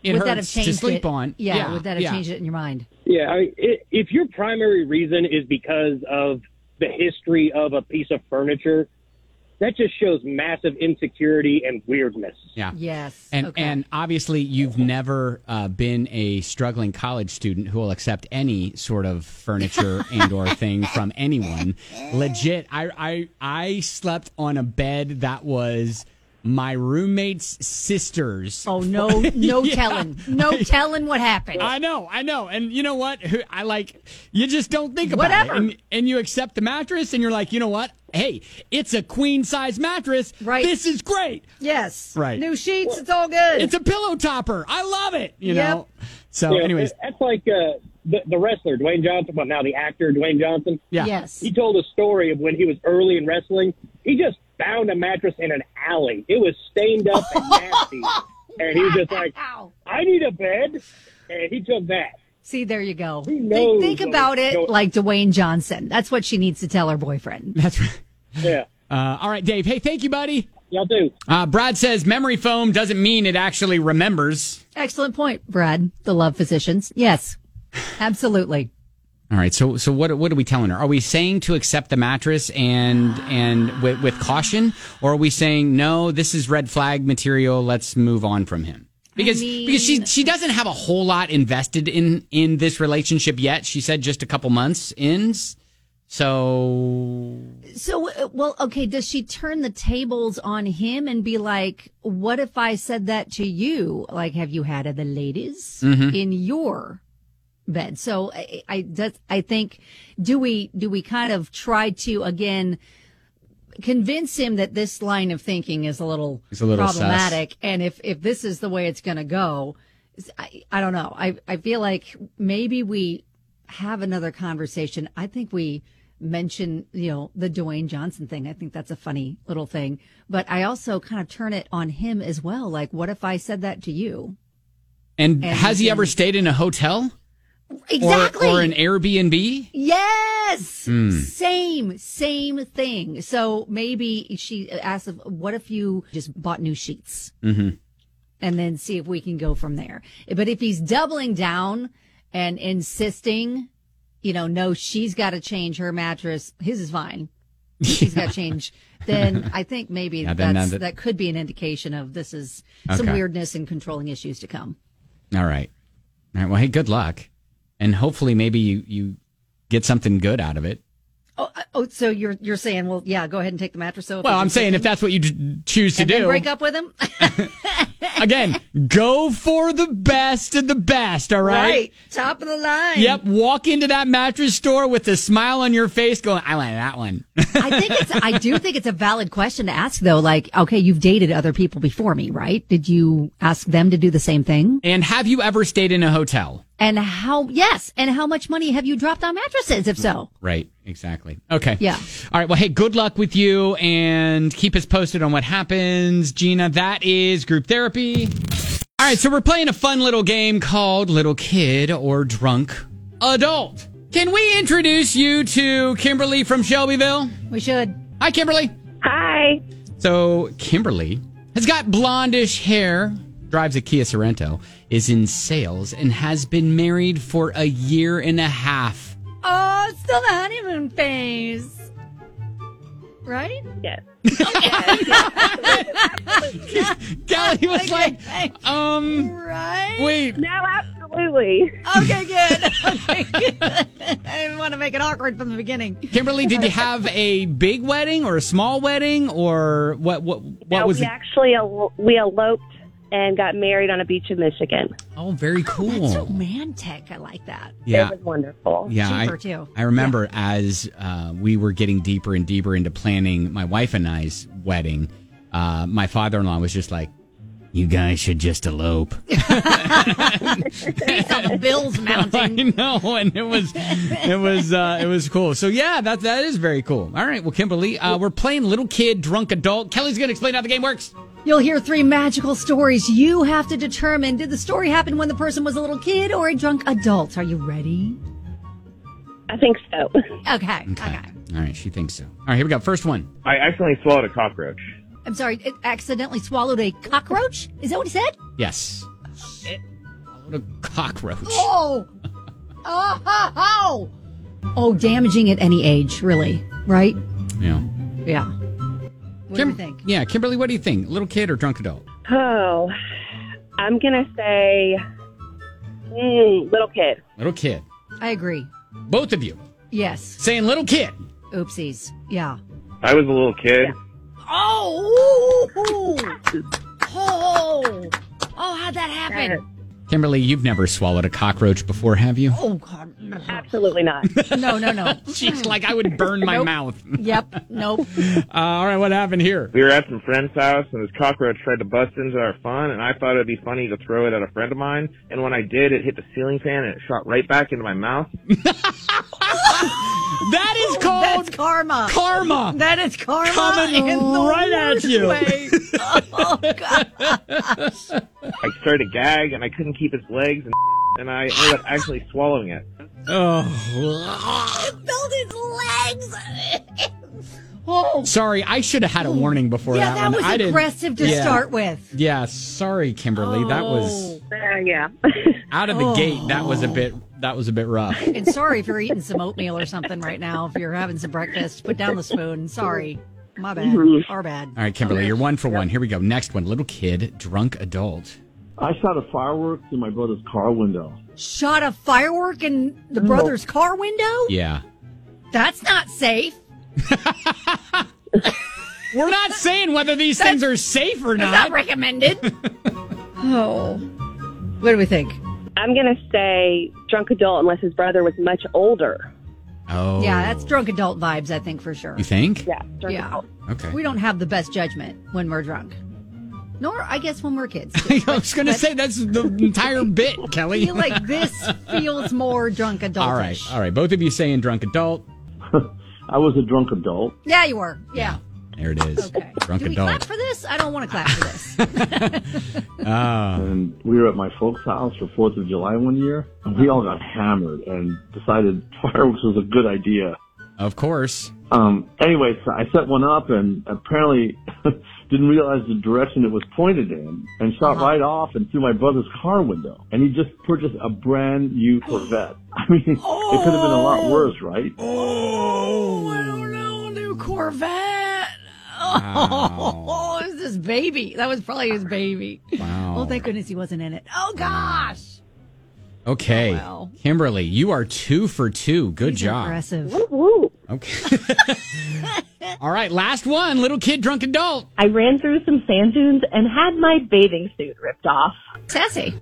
S1: It
S2: would that have
S1: hurts
S2: changed
S1: to sleep
S2: it?
S1: on.
S2: Yeah,
S1: Yeah,
S2: would that have
S1: yeah.
S2: changed it in your mind?
S11: Yeah, I mean, i if your primary reason is because of the history of a piece of furniture, that just shows massive insecurity and weirdness.
S1: Yeah.
S2: Yes.
S1: And and obviously you've never uh, been a struggling college student who will accept any sort of [LAUGHS] furniture and or thing from anyone. Legit, I I I slept on a bed that was my roommate's sister's.
S2: Oh no,
S1: [LAUGHS]
S2: no
S1: Yeah.
S2: telling, no telling what happened.
S1: I know, I know. And you know what? Who- I like you just don't think about
S2: Whatever.
S1: it. And, and you accept the mattress and you're like, "You know what? Hey, it's a queen size mattress. Right. This is great."
S2: Yes.
S1: Right.
S2: New sheets, it's all good.
S1: It's a pillow topper. I love it, you know. So
S11: You know,
S1: anyways,
S11: that's like uh, the, the wrestler Dwayne Johnson. Well, now the actor Dwayne Johnson.
S1: Yeah. Yes.
S11: He told a story of when he was early in wrestling. He just found a mattress in an alley. It was stained up
S1: [LAUGHS]
S11: and nasty, and he was just like, "I need a bed," and he took that.
S2: See, there you go.
S11: knows
S2: think
S11: what
S2: about it
S11: is going-
S2: like Dwayne Johnson. That's what she needs to tell her boyfriend.
S1: That's right.
S11: Yeah.
S1: Uh, all right, Dave. Hey, thank you, buddy.
S11: Y'all do.
S1: Uh, Brad says memory foam doesn't mean it actually remembers.
S2: Excellent point, Brad. The love physicians. Yes, absolutely.
S1: All right. So, so what what are we telling her? Are we saying to accept the mattress and and with, with caution, or are we saying no? This is red flag material. Let's move on from him because because she she doesn't have a whole lot invested in in this relationship yet. She said just a couple months ins. So
S2: So, uh, well, okay. Does she turn the tables on him and be like, "What if I said that to you? Like, have you had other ladies
S12: Mhm.
S1: Mm-hmm.
S2: in your bed?" So, I, I, that's, I think, do we do we kind of try to again convince him that this line of thinking is a little,
S1: It's a little sus.
S2: problematic, and if if this is the way it's going to go, I, I don't know. I I feel like maybe we have another conversation. I think we mention, you know, the Dwayne Johnson thing. I think that's a funny little thing. But I also kind of turn it on him as well. Like, what if I said that to you?
S1: and,
S2: And
S1: has he
S2: then-
S1: ever stayed in a hotel?
S2: Exactly.
S1: Or, or an Airbnb?
S2: Yes.
S1: Hmm.
S2: Same, same thing. So maybe she asks, what if you just bought new sheets?
S1: Mm-hmm.
S2: and then see if we can go from there. But if he's doubling down and insisting, you know, no, she's got to change her mattress. His is
S1: [LAUGHS]
S2: fine. She's got to change. Then I think maybe
S1: Yeah, then
S2: that's,
S1: that-
S2: that, could be an indication of this is some
S1: Okay.
S2: weirdness and controlling issues to come.
S1: All right. All right. Well, hey, good luck. And hopefully, maybe you, you get something good out of it.
S2: Oh, uh, oh, so you're you're saying, well, yeah, go ahead and take the mattress. So if
S1: Well,
S2: it's
S1: I'm saying if
S2: insisting,
S1: that's what you d- choose to
S2: and then
S1: do,
S2: break up [LAUGHS] with him.
S1: again, go for the best of the best. All right.
S2: top of the line.
S1: Yep. Walk into that mattress store with a smile on your face going, I like that
S2: [LAUGHS]
S1: one.
S2: I think it's. I do think it's a valid question to ask, though. Like, okay, you've dated other people before me, right? Did you ask them to do the same thing?
S1: and have you ever stayed in a hotel?
S2: And how? Yes. And how much money have you dropped on mattresses? If so,
S1: Right. Exactly. Okay.
S2: Yeah.
S1: All right. Well, hey, good luck with you and keep us posted on what happens. Gina, that is group therapy. All right. So we're playing a fun little game called Little Kid or Drunk Adult. Can we introduce you to Kimberly from Shelbyville?
S2: We should.
S1: Hi, Kimberly.
S13: Hi.
S1: So, Kimberly has got blondish hair, drives a Kia Sorrento, is in sales, and has been married for a year and a half.
S2: oh, it's still the honeymoon phase, right?
S13: Yes.
S1: Callie was like, um,
S2: right?
S1: wait.
S13: No, absolutely.
S2: Okay, good. [LAUGHS] Okay, good. I didn't want to make it awkward from the beginning.
S1: Kimberly, did you have a big wedding or a small wedding or what? What, what
S13: No,
S1: was
S13: we
S1: it?
S13: actually el- we eloped and got married on a beach in Michigan.
S1: Oh, very cool.
S13: [LAUGHS]
S2: romantic. I like that.
S1: Yeah.
S13: It was wonderful.
S1: Yeah, I,
S2: Cheaper, too.
S1: I remember as uh, we were getting deeper and deeper into planning my wife and I's wedding, uh, my father in law was just like, "You guys should just elope." [LAUGHS]
S2: Based on the
S13: [LAUGHS]
S2: bills mounting.
S1: I know, and it was, it was, uh, it was cool. So yeah, that that is very cool. All right, well, Kimberly, uh, we're playing little kid, drunk adult. Kelly's gonna explain how the game works.
S2: You'll hear three magical stories. You have to determine did the story happen when the person was a little kid or a drunk adult? Are you ready?
S13: I think so. [LAUGHS]
S2: Okay. okay.
S1: All right, she thinks so. All right, here we go. First one.
S14: I accidentally swallowed a cockroach.
S2: I'm sorry, it accidentally swallowed a cockroach? Is that what he said?
S1: Yes. Eh. What a cockroach.
S2: Oh! Oh! ho, ho! Oh, damaging at any age, really, right?
S1: Yeah.
S2: Yeah. What do you think?
S1: Yeah, Kimberly, what do you think? Little kid or drunk adult?
S13: Oh, I'm gonna say mm, little kid.
S1: Little kid.
S2: I agree.
S1: Both of you
S2: Yes.
S1: saying little kid.
S2: Oopsies. Yeah.
S14: I was a little kid.
S2: Oh! ooh, ooh, ooh. Oh! Oh, how'd that happen?
S1: Kimberly, you've never swallowed a cockroach before, have you?
S2: Oh, God.
S13: Absolutely not.
S2: No, no, no.
S1: She's like, I would burn my mouth. [LAUGHS]
S2: Yep. Nope.
S1: Uh, all right, what happened here?
S14: We were at some friend's house, and this cockroach tried to bust into our fun, and I thought it'd be funny to throw it at a friend of mine. And when I did, it hit the ceiling fan, and it shot right back into my mouth.
S1: That is called
S2: That's karma.
S1: karma.
S2: That is karma.
S1: Coming
S2: in the
S1: right at
S2: worst
S1: you. [LAUGHS]
S2: way. Oh, God.
S14: I started to gag, and I couldn't keep its legs, and and [LAUGHS] I ended up actually swallowing it.
S1: Oh.
S2: Build his legs. [LAUGHS] oh.
S1: Sorry, I should have had a warning before
S2: Yeah,
S1: that,
S2: that
S1: one.
S2: was
S1: I didn't-
S2: aggressive to
S1: Yeah.
S2: start with. Oh.
S1: Yeah, sorry, Kimberly. That was
S13: Uh, yeah.
S1: out of the gate. That was a bit. That was a bit rough.
S2: And sorry if you're eating some oatmeal or something right now. If you're having some breakfast, put down the spoon. Sorry. My bad. Our bad.
S1: All right, Kimberly, you're one for one. Here we go. Next one, little kid, drunk adult.
S12: I shot a firework through my brother's car window.
S2: Shot a firework in the brother's car window?
S1: Yeah.
S2: That's not safe.
S1: We're not saying whether these things are safe or not.
S2: That's
S1: [LAUGHS]
S2: not recommended. oh. What do we think?
S13: I'm gonna say drunk adult unless his brother was much older.
S1: Oh.
S2: Yeah, that's drunk adult vibes, I think, for sure.
S1: You think?
S13: Yeah. Drunk
S2: Yeah.
S13: Adult.
S1: Okay.
S2: We don't have the best judgment when we're drunk. Nor, I guess, when we're kids. too.
S1: [LAUGHS] I was going to say that's the entire bit,
S2: I
S1: Kelly.
S2: feel like this feels more drunk
S1: [LAUGHS]
S2: adult.
S1: all right, all right. Both of you saying drunk adult.
S12: I was a drunk adult.
S2: Yeah, you were. Yeah.
S1: There it is.
S2: Okay.
S1: Drunk
S2: do we clap
S1: adult.
S2: for this? I don't want to clap for this.
S12: And we were at my folks' house for Fourth of July one year, and we all got hammered and decided [LAUGHS] fireworks was a good idea.
S1: Of course.
S12: Um, anyway, so I set one up and apparently [LAUGHS] didn't realize the direction it was pointed in, and shot right off and through my brother's car window. And he just purchased a brand new Corvette. [LAUGHS] I mean, it could have been a lot worse, right?
S2: oh, I don't know. New Corvette. Oh, it was this baby. That was probably his baby.
S1: Wow.
S2: Oh, thank goodness he wasn't in it. Oh, gosh.
S1: Okay.
S2: wow.
S1: Kimberly, you are two for two. Good
S2: Oh, He's
S1: job.
S2: Aggressive.
S13: Woo.
S1: Okay. [LAUGHS] all right, last one, little kid, drunk adult.
S15: I ran through some sand dunes and had my bathing suit ripped off.
S2: Sassy.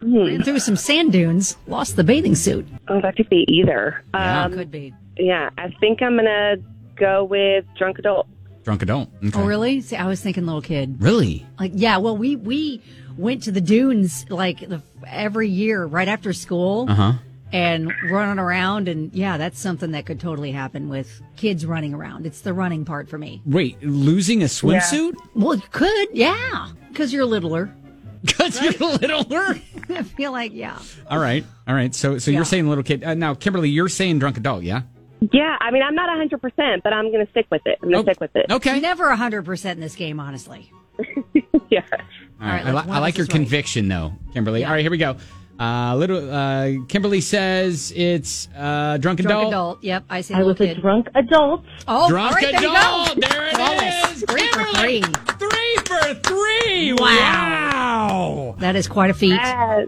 S2: Ran through some sand dunes, lost the bathing suit.
S13: Oh, that could be either.
S1: Yeah.
S13: Um,
S2: Could be.
S13: yeah, I think I'm gonna go with drunk adult.
S1: Drunk adult. Okay.
S2: Oh, really? See, I was thinking little kid.
S1: Really?
S2: Like, yeah, well, we, we went to the dunes like the, every year right after school
S1: Uh huh.
S2: and running around. And yeah, that's something that could totally happen with kids running around. It's the running part for me.
S1: Wait, losing a swimsuit? [LAUGHS]
S2: Well, it could, yeah, because you're littler. [LAUGHS]
S1: Because you're littler.
S2: I feel like, yeah.
S1: All right, all right. So, so you're saying little kid uh, now, Kimberly? You're saying drunk adult, yeah?
S13: Yeah, I mean I'm not 100, percent but I'm gonna stick with it. I'm gonna stick with it.
S1: Okay.
S2: Never 100% in this game, honestly.
S13: [LAUGHS] Yeah.
S1: All right.
S2: All right,
S1: I,
S2: let's-
S1: li-
S2: one
S1: I
S2: of
S1: like
S2: us
S1: your
S2: is right.
S1: conviction, though, Kimberly. All right, here we go. Uh, little uh, Kimberly says it's uh, drunk,
S2: Drunk
S1: adult.
S2: adult. Yep, I say
S15: I
S2: little
S15: was a
S2: kid.
S15: drunk adult.
S2: Oh,
S1: Drunk
S2: all right, there you go.
S1: adult. There it
S2: Flawless.
S1: is.
S2: Three for
S1: Kimberly.
S2: three.
S1: Three for three.
S2: Wow.
S1: Wow.
S2: That is quite a feat.
S13: Yes.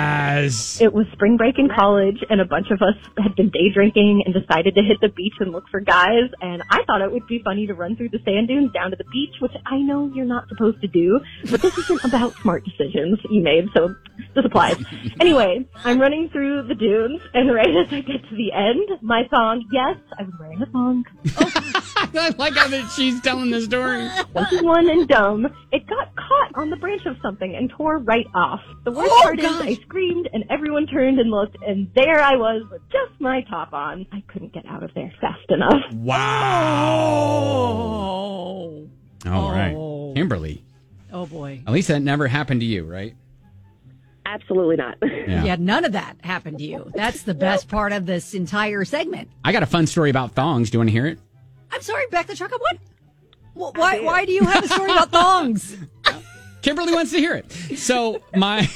S1: Yes.
S15: It was spring break in college, and a bunch of us had been day drinking and decided to hit the beach and look for guys. And I thought it would be funny to run through the sand dunes down to the beach, which I know you're not supposed to do, but this isn't about smart decisions you made, so this applies. Anyway, I'm running through the dunes, and right as I get to the end, my song, yes, I was wearing a song,
S1: [LAUGHS] I like how that she's telling the
S2: [LAUGHS]
S1: story.
S15: one and dumb. It got caught on the branch of something and tore right off. The worst
S2: Oh,
S15: part
S2: gosh.
S15: is I screamed and everyone turned and looked and there I was with just my top on. I couldn't get out of there fast enough.
S1: Wow.
S2: Oh.
S1: All right,
S2: Oh.
S1: Kimberly.
S2: Oh, boy.
S1: At least that never happened to you, right?
S13: Absolutely not.
S1: Yeah.
S2: Yeah. none of that happened to you. That's the best part of this entire segment.
S1: I got a fun story about thongs. Do you want to hear it?
S2: I'm sorry, back the truck up. What? Wh- Why, why do you have
S1: [LAUGHS]
S2: a story about thongs?
S1: Kimberly wants to hear it. So my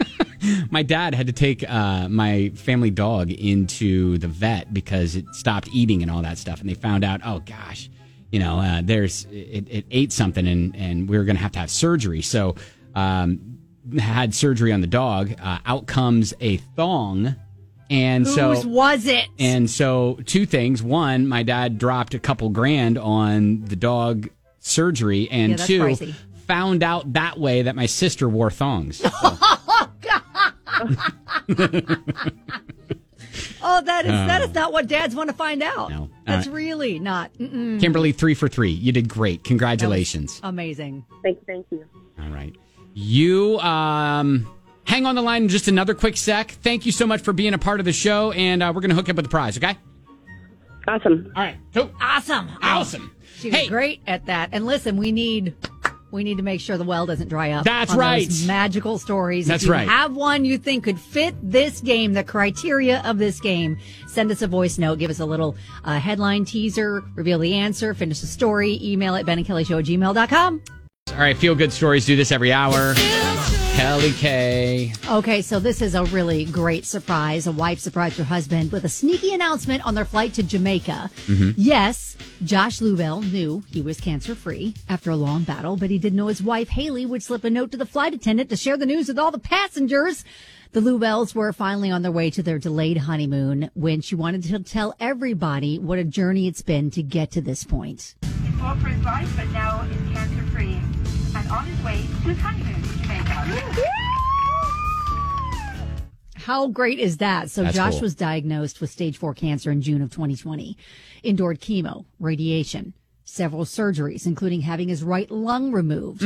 S1: [LAUGHS] my dad had to take uh, my family dog into the vet because it stopped eating and all that stuff, and they found out, oh gosh, you know, uh, there's it, it ate something, and and we were going to have to have surgery. So, um, had surgery on the dog. Uh, out comes a thong, and
S2: Whose
S1: so
S2: was it?
S1: and so, two things. One, my dad dropped a couple grand on the dog surgery, and
S2: Yeah, that's
S1: two,
S2: pricey.
S1: found out that way that my sister wore
S2: [LAUGHS]
S1: thongs.
S2: Oh, that is that
S1: Oh.
S2: is not what dads want to find out.
S1: No. Uh,
S2: That's
S1: All right.
S2: really not. Mm-mm.
S1: Kimberly, three for three. You did great. Congratulations.
S2: Amazing.
S16: [LAUGHS] Thank, thank you.
S1: All right. You um, hang on the line in just another quick sec. Thank you so much for being a part of the show, and uh, we're going to hook you up with the prize, okay?
S16: Awesome.
S1: All right. Cool.
S2: Awesome.
S1: Awesome.
S2: She was great at that. And listen, we need we need to make sure the well doesn't dry up.
S1: That's
S2: on those
S1: right.
S2: magical stories.
S1: That's
S2: if you
S1: right.
S2: Have one you think could fit this game, the criteria of this game. Send us a voice note. Give us a little uh, headline teaser. Reveal the answer. Finish the story. Email at ben and Kelly Show at gmail.com.
S1: All right. Feel good stories do this every hour. Kelly K.
S2: Okay, so this is a really great surprise. A wife surprised her husband with a sneaky announcement on their flight to Jamaica.
S11: Mhm.
S2: Yes, Josh Lubell knew he was cancer free after a long battle, but he didn't know his wife Haley would slip a note to the flight attendant to share the news with all the passengers. The Lubells were finally on their way to their delayed honeymoon when she wanted to tell everybody what a journey it's been to get to this point.
S11: He fought for his life, but now is cancer free and on his way to his honeymoon to Jamaica.
S2: How great is that? So
S11: That's
S2: Josh
S11: cool.
S2: was diagnosed with stage four cancer in June of 2020, endured chemo, radiation, several surgeries, including having his right lung removed.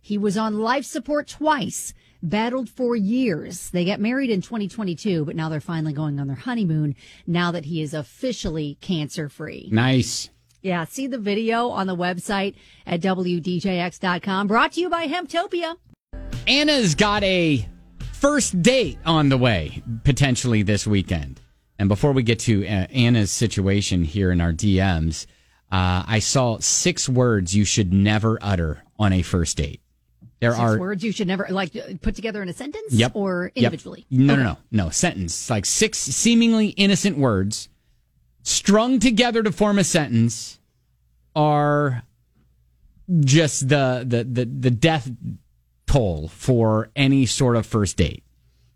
S2: He was on life support twice, battled for years. They got married in 2022, but now they're finally going on their honeymoon now that he is officially cancer free.
S1: Nice.
S2: Yeah, see the video on the website at WDJX.com. Brought to you by Hemptopia.
S1: Anna's got a first date on the way, potentially this weekend. And before we get to uh, Anna's situation here in our DMs, uh, I saw six words you should never utter on a first date. There
S2: Six
S1: are.
S2: words you should never like put together in a sentence
S1: Yep.
S2: or
S1: Yep.
S2: individually.
S1: No, no, no. No. Sentence. Like six seemingly innocent words strung together to form a sentence are just the the the, the death toll for any sort of first date.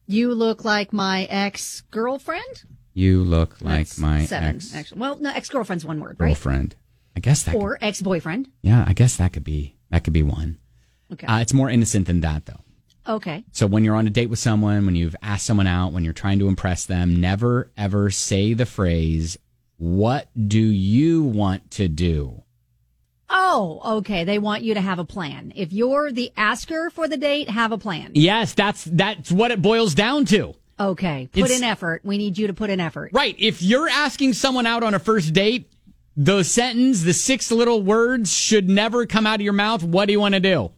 S2: You look like my ex girlfriend.
S1: You look like my
S2: Seven,
S1: ex
S2: actually. Well, no, ex girlfriend's one word, right?
S1: girlfriend. I guess that
S2: Or ex boyfriend.
S1: yeah, I guess that could be that could be one.
S2: Okay.
S1: Uh, it's more innocent than that though.
S2: okay.
S1: So when you're on a date with someone, when you've asked someone out, when you're trying to impress them, never ever say the phrase, "What do you want to do?"
S2: Oh, okay. They want you to have a plan. If you're the asker for the date, have a plan.
S1: Yes, that's that's what it boils down to.
S2: Okay. Put
S1: It's-
S2: in effort. We need you to put in effort.
S1: Right. If you're asking someone out on a first date, the sentence, the six little words should never come out of your mouth. What do you want to do?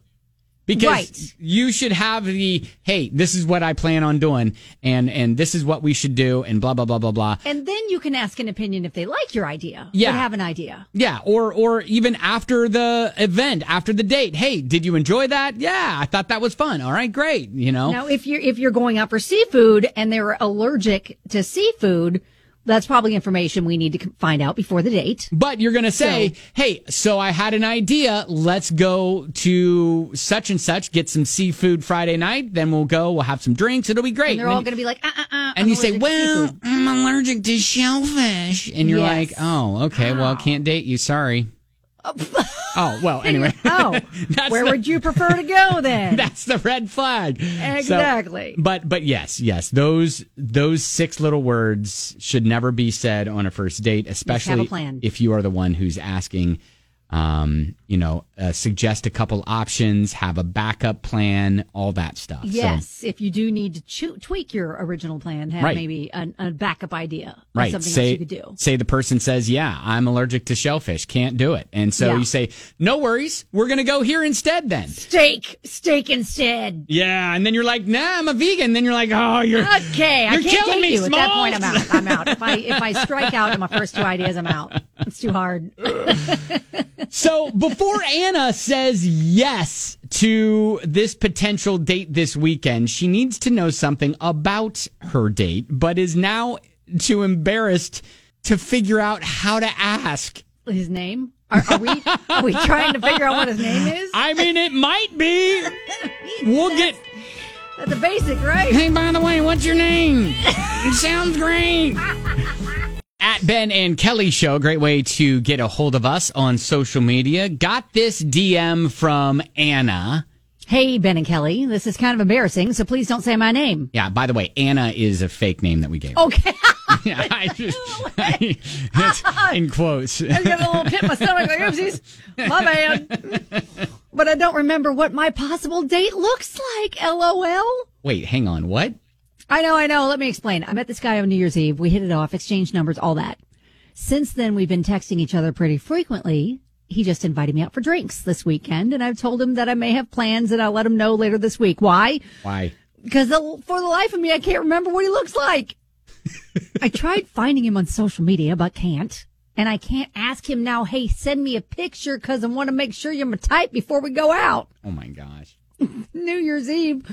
S1: Because
S2: Right.
S1: you should have the, hey, this is what I plan on doing and, and this is what we should do and blah, blah, blah, blah, blah.
S2: And then you can ask an opinion if they like your idea.
S1: Yeah.
S2: But have an idea.
S1: Yeah, or or even after the event, after the date. Hey, did you enjoy that? Yeah, I thought that was fun. All right, great. You know,
S2: Now, if you're if you're going out for seafood and they're allergic to seafood, that's probably information we need to c- find out before the date.
S1: But you're going to say, hey, so I had an idea. Let's go to such and such, get some seafood Friday night. Then we'll go, we'll have some drinks. It'll be great.
S2: And they're
S1: And
S2: all
S1: then-
S2: going to be like, uh, uh, uh.
S1: and you say, well, I'm allergic to shellfish. And you're
S2: Yes.
S1: like, oh, okay, well, can't date you. Sorry.
S2: [LAUGHS]
S1: [LAUGHS] oh, well, anyway. [LAUGHS]
S2: oh, where
S1: the-
S2: would you prefer to
S1: [LAUGHS]
S2: go then?
S1: That's the red flag. So-
S2: Exactly.
S1: but but yes, yes, those those six little words should never be said on a first date, especially
S2: plan.
S1: if you are the one who's asking. Um, you know, uh, suggest a couple options, have a backup plan, all that stuff. So-
S2: yes, if you do need to chu- tweak your original plan, have
S1: Right.
S2: maybe an, a backup idea, or
S1: Right.
S2: Something
S1: say,
S2: else you could do.
S1: say the person says, "Yeah, I'm allergic to shellfish, can't do it," and so
S2: Yeah.
S1: you say, "No worries, we're gonna go here instead." Then,
S2: Steak, steak instead.
S1: yeah, and then you're like, "Nah, I'm a vegan." Then you're like, "Oh, you're
S2: Okay, I
S1: you're
S2: can't
S1: killing
S2: date
S1: me."
S2: you at that
S1: Smalls.
S2: point. I'm out. I'm out. If I if I strike out on my first two ideas, I'm out. It's too hard.
S1: [LAUGHS] So before Anna says yes to this potential date this weekend, she needs to know something about her date, but is now too embarrassed to figure out how to ask.
S2: His name? Are, are we are we trying to figure out what his name is?
S1: I mean, it might be. We'll get.
S2: That's a basic, right?
S1: Hey, by the way, what's your name? it sounds great. At Ben and Kelly Show, great way to get a hold of us on social media. Got this DM from Anna.
S2: Hey, Ben and Kelly, this is kind of embarrassing, so please don't say my name.
S1: Yeah, by the way, Anna is a fake name that we gave. her.
S2: Okay. [LAUGHS]
S1: Yeah, [LAUGHS] I just, I, [LAUGHS] that's in quotes.
S2: I got a little pit in my stomach, like, oopsies, my bad. But I don't remember what my possible date looks like, lol.
S1: Wait, hang on. What?
S2: I know, I know. Let me explain. I met this guy on New Year's Eve. We hit it off, exchanged numbers, all that. Since then, we've been texting each other pretty frequently. He just invited me out for drinks this weekend, and I've told him that I may have plans and I'll let him know later this week. Why?
S1: Why?
S2: Because the- for the life of me, I can't remember what he looks like. I tried finding him on social media, but can't. And I can't ask him now, hey, send me a picture because I want to make sure you're my type before we go out.
S1: Oh my gosh.
S2: New Year's Eve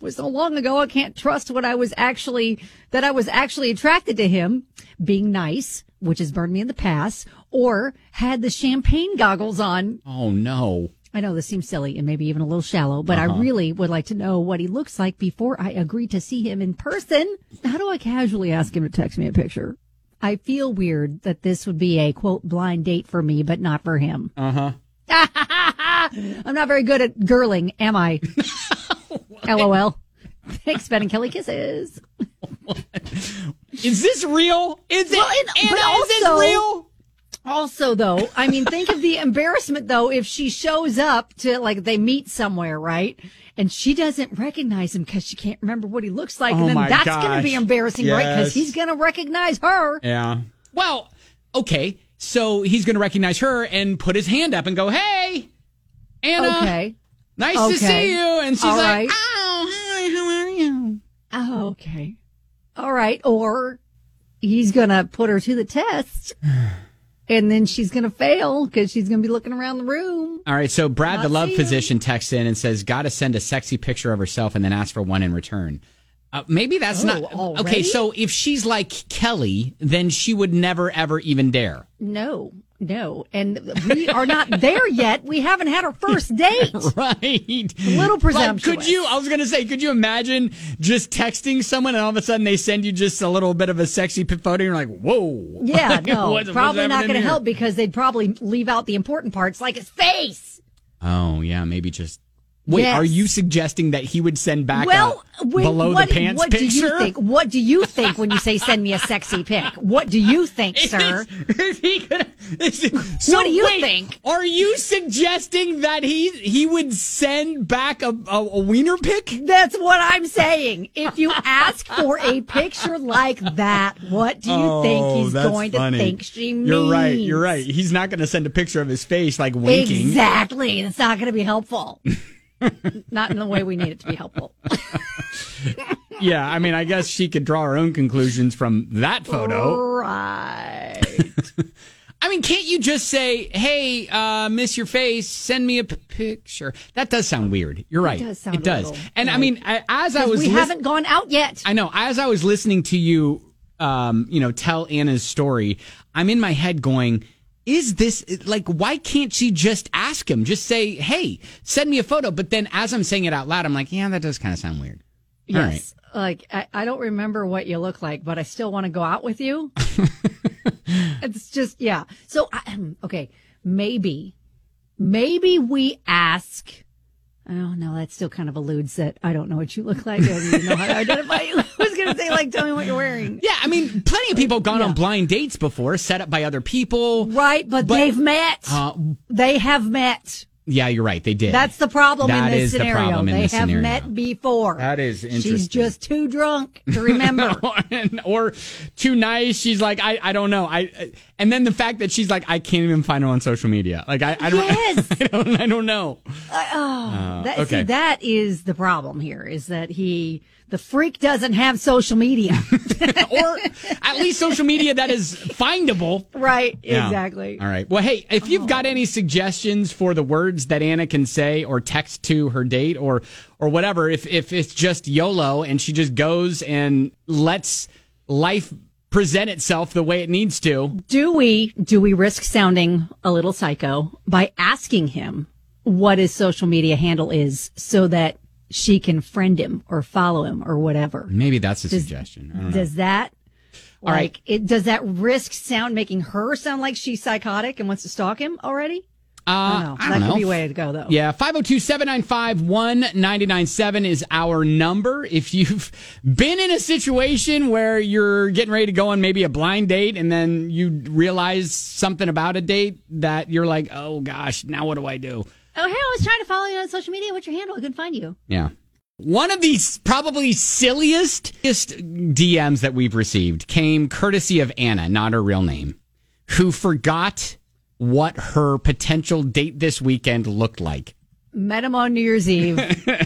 S2: was so long ago. I can't trust what I was actually, that I was actually attracted to him being nice, which has burned me in the past, or had the champagne goggles on.
S1: Oh no.
S2: I know this seems silly and maybe even a little shallow, but I
S1: Uh-huh.
S2: really would like to know what he looks like before I agree to see him in person. How do I casually ask him to text me a picture? I feel weird that this would be a quote blind date for me, but not for him.
S1: Uh huh.
S2: [LAUGHS] I'm not very good at girling, am I? [LAUGHS] LOL. Thanks, Ben and Kelly. Kisses.
S1: Is this real? Is it? Anna, is this real?
S2: Also, though, I mean, think of the embarrassment, though, if she shows up to like they meet somewhere, right? And she doesn't recognize him because she can't remember what he looks like.
S1: Oh
S2: and
S1: my
S2: then that's going to be
S1: gosh.
S2: embarrassing, right?
S1: Yes.
S2: Because he's going to recognize her.
S1: Yeah. Well, okay. So he's going to recognize her and put his hand up and go, "Hey, Anna.
S2: Okay.
S1: Nice
S2: Okay.
S1: to see you." And she's
S2: All
S1: like,
S2: right.
S1: "Oh, hi. How are you?"
S2: Oh, okay. All right. Or he's going to put her to the test and then she's going to fail because she's going to be looking around the room.
S1: All right. So Brad, the
S2: Not
S1: love
S2: seeing.
S1: physician, texts in and says, "Got to send a sexy picture of herself and then ask for one in return." Uh, maybe that's
S2: Oh,
S1: not okay.
S2: already?
S1: So if she's like Kelly, then she would never ever even dare. [LAUGHS]
S2: No, no. And we are not there yet. We haven't had
S1: [LAUGHS]
S2: our first date.
S1: right.
S2: A little presumptuous.
S1: Like, could you? I was gonna say, could you imagine just texting someone and all of a sudden they send you just a little bit of a sexy p- photo? And you're like, whoa.
S2: Yeah,
S1: [LAUGHS] Like,
S2: no.
S1: what's- what's
S2: probably not
S1: happening
S2: going to
S1: here?
S2: help because they'd probably leave out the important parts like his face.
S1: Oh yeah, maybe just. Wait,
S2: Yes.
S1: are you suggesting that he would send back
S2: well,
S1: a
S2: wait,
S1: below
S2: what,
S1: the pants
S2: what
S1: picture?
S2: do you think? What do you think when you say send me a sexy pic? What do you
S1: [LAUGHS]
S2: think, sir?
S1: Is he gonna? Is it, so
S2: do you
S1: wait,
S2: think?
S1: Are you suggesting that he he would send back a, a, a wiener pic?
S2: That's what I'm saying. If you ask for a picture like that, what do you think he's going to think she means?
S1: Oh, You're right. You're right. He's not going to send a picture of his face like winking.
S2: Exactly. It's not going to
S1: [LAUGHS]
S2: be helpful. not in the way we need it to be helpful.
S1: Yeah, I mean, I guess she could draw her own conclusions from that photo.
S2: Right.
S1: I mean, can't you just say, "Hey, uh, miss your face, send me a p- picture"? That does sound weird. You're right.
S2: does sound
S1: it does.
S2: a little,
S1: and I
S2: right.
S1: mean, I, as I
S2: 'Cause
S1: was,
S2: we
S1: lis-
S2: haven't gone out yet.
S1: I know. As I was listening to you, um, you know, tell Anna's story, I'm in my head going, is this like, why can't she just ask him? Just say, hey, send me a photo. But then as I'm saying it out loud, I'm like, yeah, that does kind of sound weird. All right.
S2: Yes. Like, I, I don't remember what you look like, but I still want to go out with you.
S1: [LAUGHS]
S2: it's just, yeah. So, I, um, okay. Maybe, maybe we ask. Oh, no, that still kind of alludes that I don't know what you look like. I don't even
S1: [LAUGHS]
S2: know how to identify you. I was going to say, like, tell me what you're wearing.
S1: Yeah. I mean, plenty of people have gone on blind dates before, set up by other people.
S2: Right. But,
S1: But-
S2: they've met.
S1: Uh,
S2: they have met.
S1: yeah, you're right. They did.
S2: That's the problem in
S1: That
S2: this
S1: is the
S2: scenario.
S1: problem in
S2: they
S1: this
S2: have
S1: scenario.
S2: met before.
S1: That is
S2: She's
S1: interesting.
S2: just too drunk to
S1: [LAUGHS]
S2: remember.
S1: [LAUGHS] And- or too nice. She's like, I, I don't know. I, I- and then the fact that she's like, I can't even find her on social media. Like, I, I don't,
S2: Yes.
S1: [LAUGHS] I don't, I don't know.
S2: oh, that, see,
S1: okay.
S2: that is the problem here. Is that he? The freak doesn't have social media. [LAUGHS]
S1: or at least social media that is findable.
S2: Right,
S1: Yeah.
S2: exactly.
S1: All right. Well, hey, if you've got any suggestions for the words that Anna can say or text to her date or or whatever, if if it's just YOLO and she just goes and lets life present itself the way it needs to.
S2: Do we do we risk sounding a little psycho by asking him what his social media handle is so that she can friend him or follow him or whatever?
S1: Maybe that's a
S2: Does-
S1: suggestion. Mm, I don't know.
S2: Does that
S1: All
S2: like
S1: right.
S2: it does that risk sound making her sound like she's psychotic and wants to stalk him already?
S1: Uh, I
S2: that
S1: don't know.
S2: could be a way to go though.
S1: Yeah, 502 795 1997 is our number. If you've been in a situation where you're getting ready to go on maybe a blind date and then you realize something about a date that you're like, oh gosh, now what do I do?
S2: Oh hey, I was trying to follow you on social media. What's your handle? I couldn't find you.
S1: Yeah. One of the s- probably silliest DMs that we've received came courtesy of Anna, not her real name, who forgot what her potential date this weekend looked like.
S2: Met him on New Year's Eve.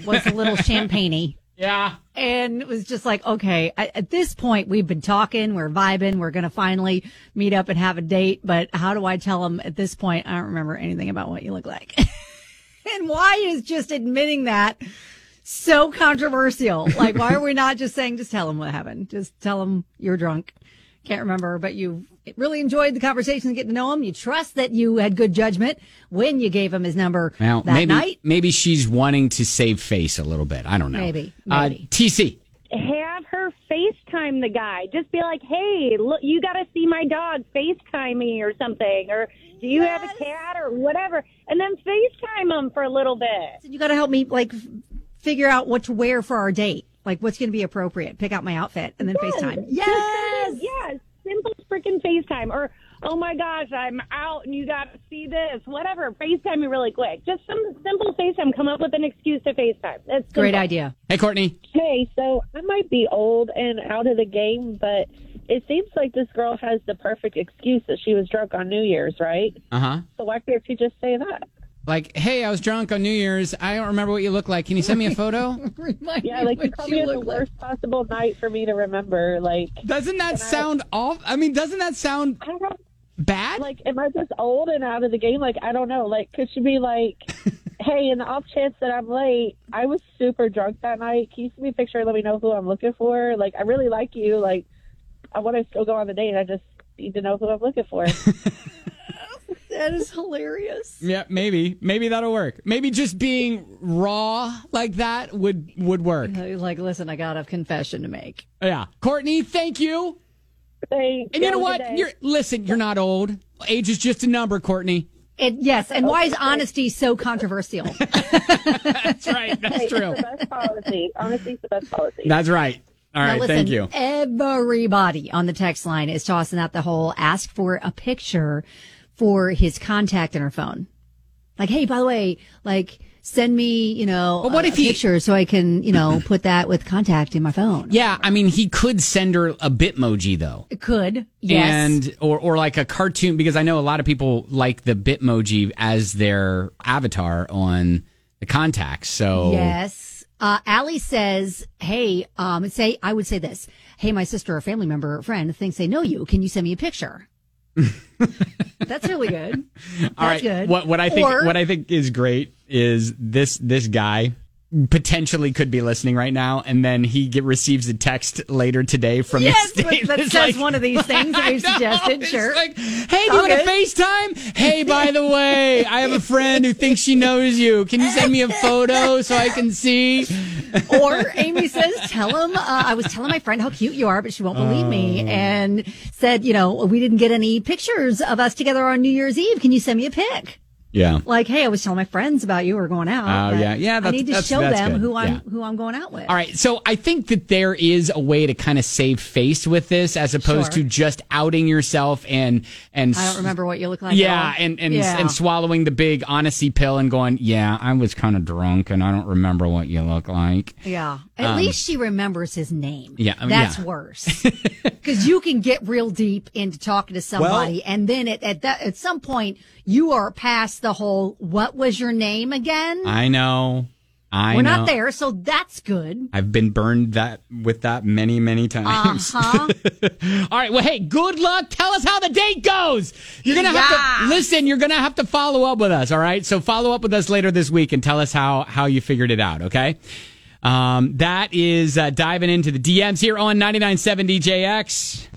S2: was a little champagne
S1: Yeah.
S2: and it was just like, okay, I, at this point, we've been talking, we're vibing, we're going to finally meet up and have a date. But how do I tell him at this point? I don't remember anything about what you look like. [LAUGHS] and why is just admitting that so controversial? Like, why are we not just saying, just tell him what happened? Just tell him you're drunk. Can't remember, but you really enjoyed the conversation, getting to know him. You trust that you had good judgment when you gave him his number
S1: Now,
S2: that
S1: maybe
S2: night.
S1: maybe she's wanting to save face a little bit. I don't know.
S2: Maybe,
S1: Uh, TC.
S17: have her FaceTime the guy. Just be like, hey, look, you got to see my dog. FaceTime me or something. Or do you have a cat or whatever? And then FaceTime him for a little bit.
S2: you got to help me like f- figure out what to wear for our date. Like what's going to be appropriate. Pick out my outfit and then FaceTime. Yeah.
S17: Yes. Yes. Simple freaking FaceTime. Or, oh my gosh, I'm out and you got to see this. Whatever. FaceTime me really quick. Just some simple FaceTime. Come up with an excuse to FaceTime. That's
S2: Great
S17: simple.
S2: idea.
S1: Hey, Courtney.
S11: Hey, so I might be old and out of the game, but it seems like this girl has the perfect excuse that she was drunk on New Year's, right?
S1: Uh huh.
S11: So why can't she just say that?
S1: Like, hey, I was drunk on New Year's. I don't remember what you look like. Can you send me a photo?
S2: [LAUGHS]
S11: yeah, like you probably had the worst possible night for me to remember. Like,
S1: doesn't that sound off? I mean, doesn't that sound
S11: I don't,
S1: bad?
S11: Like, am I just old and out of the game? Like, I don't know. Like, could she
S1: [LAUGHS]
S11: be like, hey, in the off chance that I'm late, I was super drunk that night. Can you send me a picture? and Let me know who I'm looking for. Like, I really like you. Like, I want to still go on the date. I just need to know who I'm
S1: [LAUGHS]
S11: looking for.
S2: That is hilarious.
S1: yeah, maybe. Maybe that'll work. Maybe just being raw like that would would work.
S2: Like, listen, I got a confession to make.
S1: Yeah. Courtney, thank you.
S11: Thanks.
S1: And you know what? You're listen, you're not old. Age is just a number, Courtney.
S2: It, yes. And why is honesty so controversial?
S1: That's right.
S2: [LAUGHS]
S1: That's true.
S11: It's the best policy. Honestly, it's the best policy.
S1: That's right. All
S2: Now
S1: right,
S2: listen,
S1: thank you.
S2: Everybody on the text line is tossing out the whole ask for a picture for his contact in her phone. Like, hey, by the way, like send me, you know,
S1: But what
S2: a,
S1: if
S2: a
S1: he-
S2: picture so I can, you know, put that with contact in my phone.
S1: Yeah, I mean, he could send her a Bitmoji though.
S2: It could. Yes.
S1: And or or like a cartoon because I know a lot of people like the Bitmoji as their avatar on the contacts. So
S2: Yes. Uh, Allie says, Hey, um, say, I would say this. Hey, my sister or family member or friend thinks they know you. Can you send me
S1: [LAUGHS]
S2: a picture? That's really good.
S1: All right.
S2: That's good.
S1: What what I think
S2: Or-
S1: what I think is great is this this guy potentially could be listening right now, and then he get, receives a text later today from [LAUGHS]
S2: Yes,
S1: this
S2: but
S1: date
S2: that
S1: that's
S2: says one of these things that
S1: [LAUGHS]
S2: we've
S1: I know,
S2: suggested,
S1: it's
S2: sure.
S1: like, hey, do you
S2: All
S1: want to
S2: good.
S1: FaceTime?
S2: [LAUGHS]
S1: Hey, by the way, I have a friend who thinks she knows you. Can you send me a photo so I can see?
S2: Or Amy says, tell him, uh, I was telling my friend how cute you are, but she won't believe me.
S1: Oh.
S2: And said, you know, we didn't get any pictures of us together on New Year's Eve. Can you send me a pic?
S1: Yeah.
S2: Like, hey, I was telling my friends about you. We're going out.
S1: Oh,
S2: but
S1: yeah. Yeah,
S2: I
S1: that's-
S2: need to
S1: that's-
S2: show
S1: that's
S2: them
S1: good.
S2: who I'm,
S1: Yeah.
S2: who I'm going out with.
S1: All right, so I think that there is a way to kind of save face with this, as opposed
S2: Sure.
S1: to just outing yourself and and
S2: I don't remember what you look like. at
S1: yeah,
S2: all.
S1: and and
S2: Yeah.
S1: and swallowing the big honesty pill and going, yeah, I was kind of drunk and I don't remember what you look like.
S2: Yeah. At
S1: Um,
S2: least she remembers his name.
S1: Yeah, I mean,
S2: That's
S1: yeah.
S2: worse.
S1: [LAUGHS]
S2: Because you can get real deep into talking to somebody,
S1: Well-
S2: and then at, at that at some point you are past the whole "What was your name again?"
S1: I know. I
S2: We're
S1: know.
S2: not there, so that's
S1: [LAUGHS]
S2: good.
S1: I've been burned that with that many, many times.
S2: Uh-huh.
S1: All right. Well, hey, good luck. Tell us how the date goes. You're gonna have to listen. You're gonna have to follow up with us. All right. So follow up with us later this week and tell us how how you figured it out. Okay. Um, that is uh, diving into the DMs here on 99.7 DJX.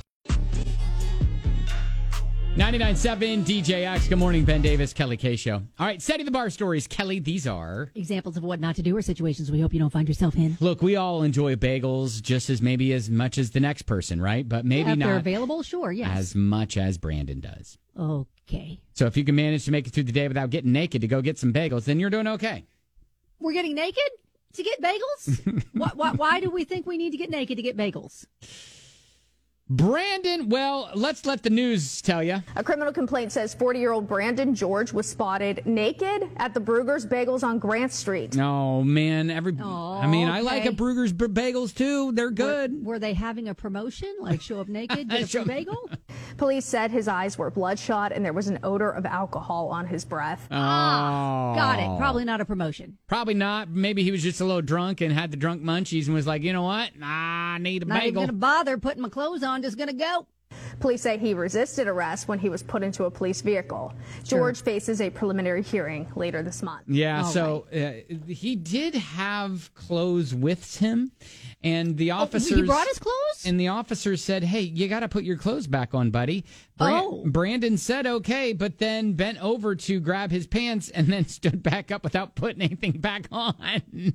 S1: 99.7 DJX. Good morning, Ben Davis, Kelly K Show. All right, setting the bar stories. Kelly, these are.
S2: Examples of what not to do or situations we hope you don't find yourself in.
S1: Look, we all enjoy bagels just as maybe as much as the next person, right? But maybe
S2: Yeah, if they're
S1: not
S2: available, sure, yes.
S1: as much as Brandon does.
S2: okay.
S1: So if you can manage to make it through the day without getting naked to go get some bagels, then you're doing okay.
S2: We're getting naked to
S1: [LAUGHS]
S2: get bagels? why, why, why do we think we need to get naked to get bagels?
S1: Brandon, well, let's let the news tell you.
S17: A criminal complaint says 40 year old Brandon George was spotted naked at the Brugger's Bagels on Grant Street.
S1: Oh man, every I mean, I like a
S2: okay.
S1: Brugger's b- bagels too. They're good.
S2: Were, were they having a promotion? Like show
S1: [LAUGHS]
S2: up naked, get a free bagel?
S17: Police said his eyes were bloodshot and there was an odor of alcohol on his breath.
S1: Oh.
S2: Got it. Probably not a promotion.
S1: Probably not. Maybe he was just a little drunk and had the drunk munchies and was like, you know what? I need a
S2: Not even
S1: bagel.
S2: going to bother putting my clothes on, just going to go.
S17: Police say he resisted arrest when he was put into a police vehicle.
S1: Sure.
S17: George faces a preliminary hearing later this month.
S1: Yeah, so uh, he did have clothes with him, and the officers
S2: Oh, brought his clothes.
S1: And the officer said, "Hey, you got to put your clothes back on, buddy."
S2: Oh.
S1: Brandon said, "Okay," but then bent over to grab his pants and then [LAUGHS] stood back up without putting anything back on.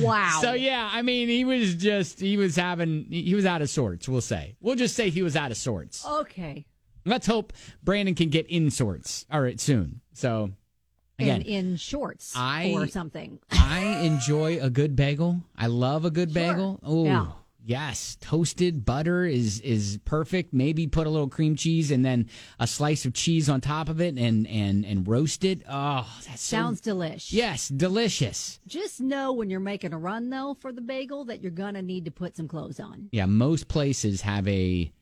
S2: Wow.
S1: So yeah, I mean, he was just he was having he was out of sorts. We'll say we'll just say he was out of sorts.
S2: Okay.
S1: Let's hope Brandon can get in sorts. All right, soon. So again,
S2: And in shorts
S1: I-
S2: or something.
S1: I enjoy a good bagel. I love a good bagel. Oh,
S2: Yeah.
S1: yes, toasted butter is is perfect. Maybe put a little cream cheese and then a slice of cheese on top of it and and and roast it. Oh, that
S2: Sounds delish.
S1: Yes, delicious.
S2: Just know when you're making a run though for the bagel that you're gonna need to put some clothes on.
S1: Yeah, most places have a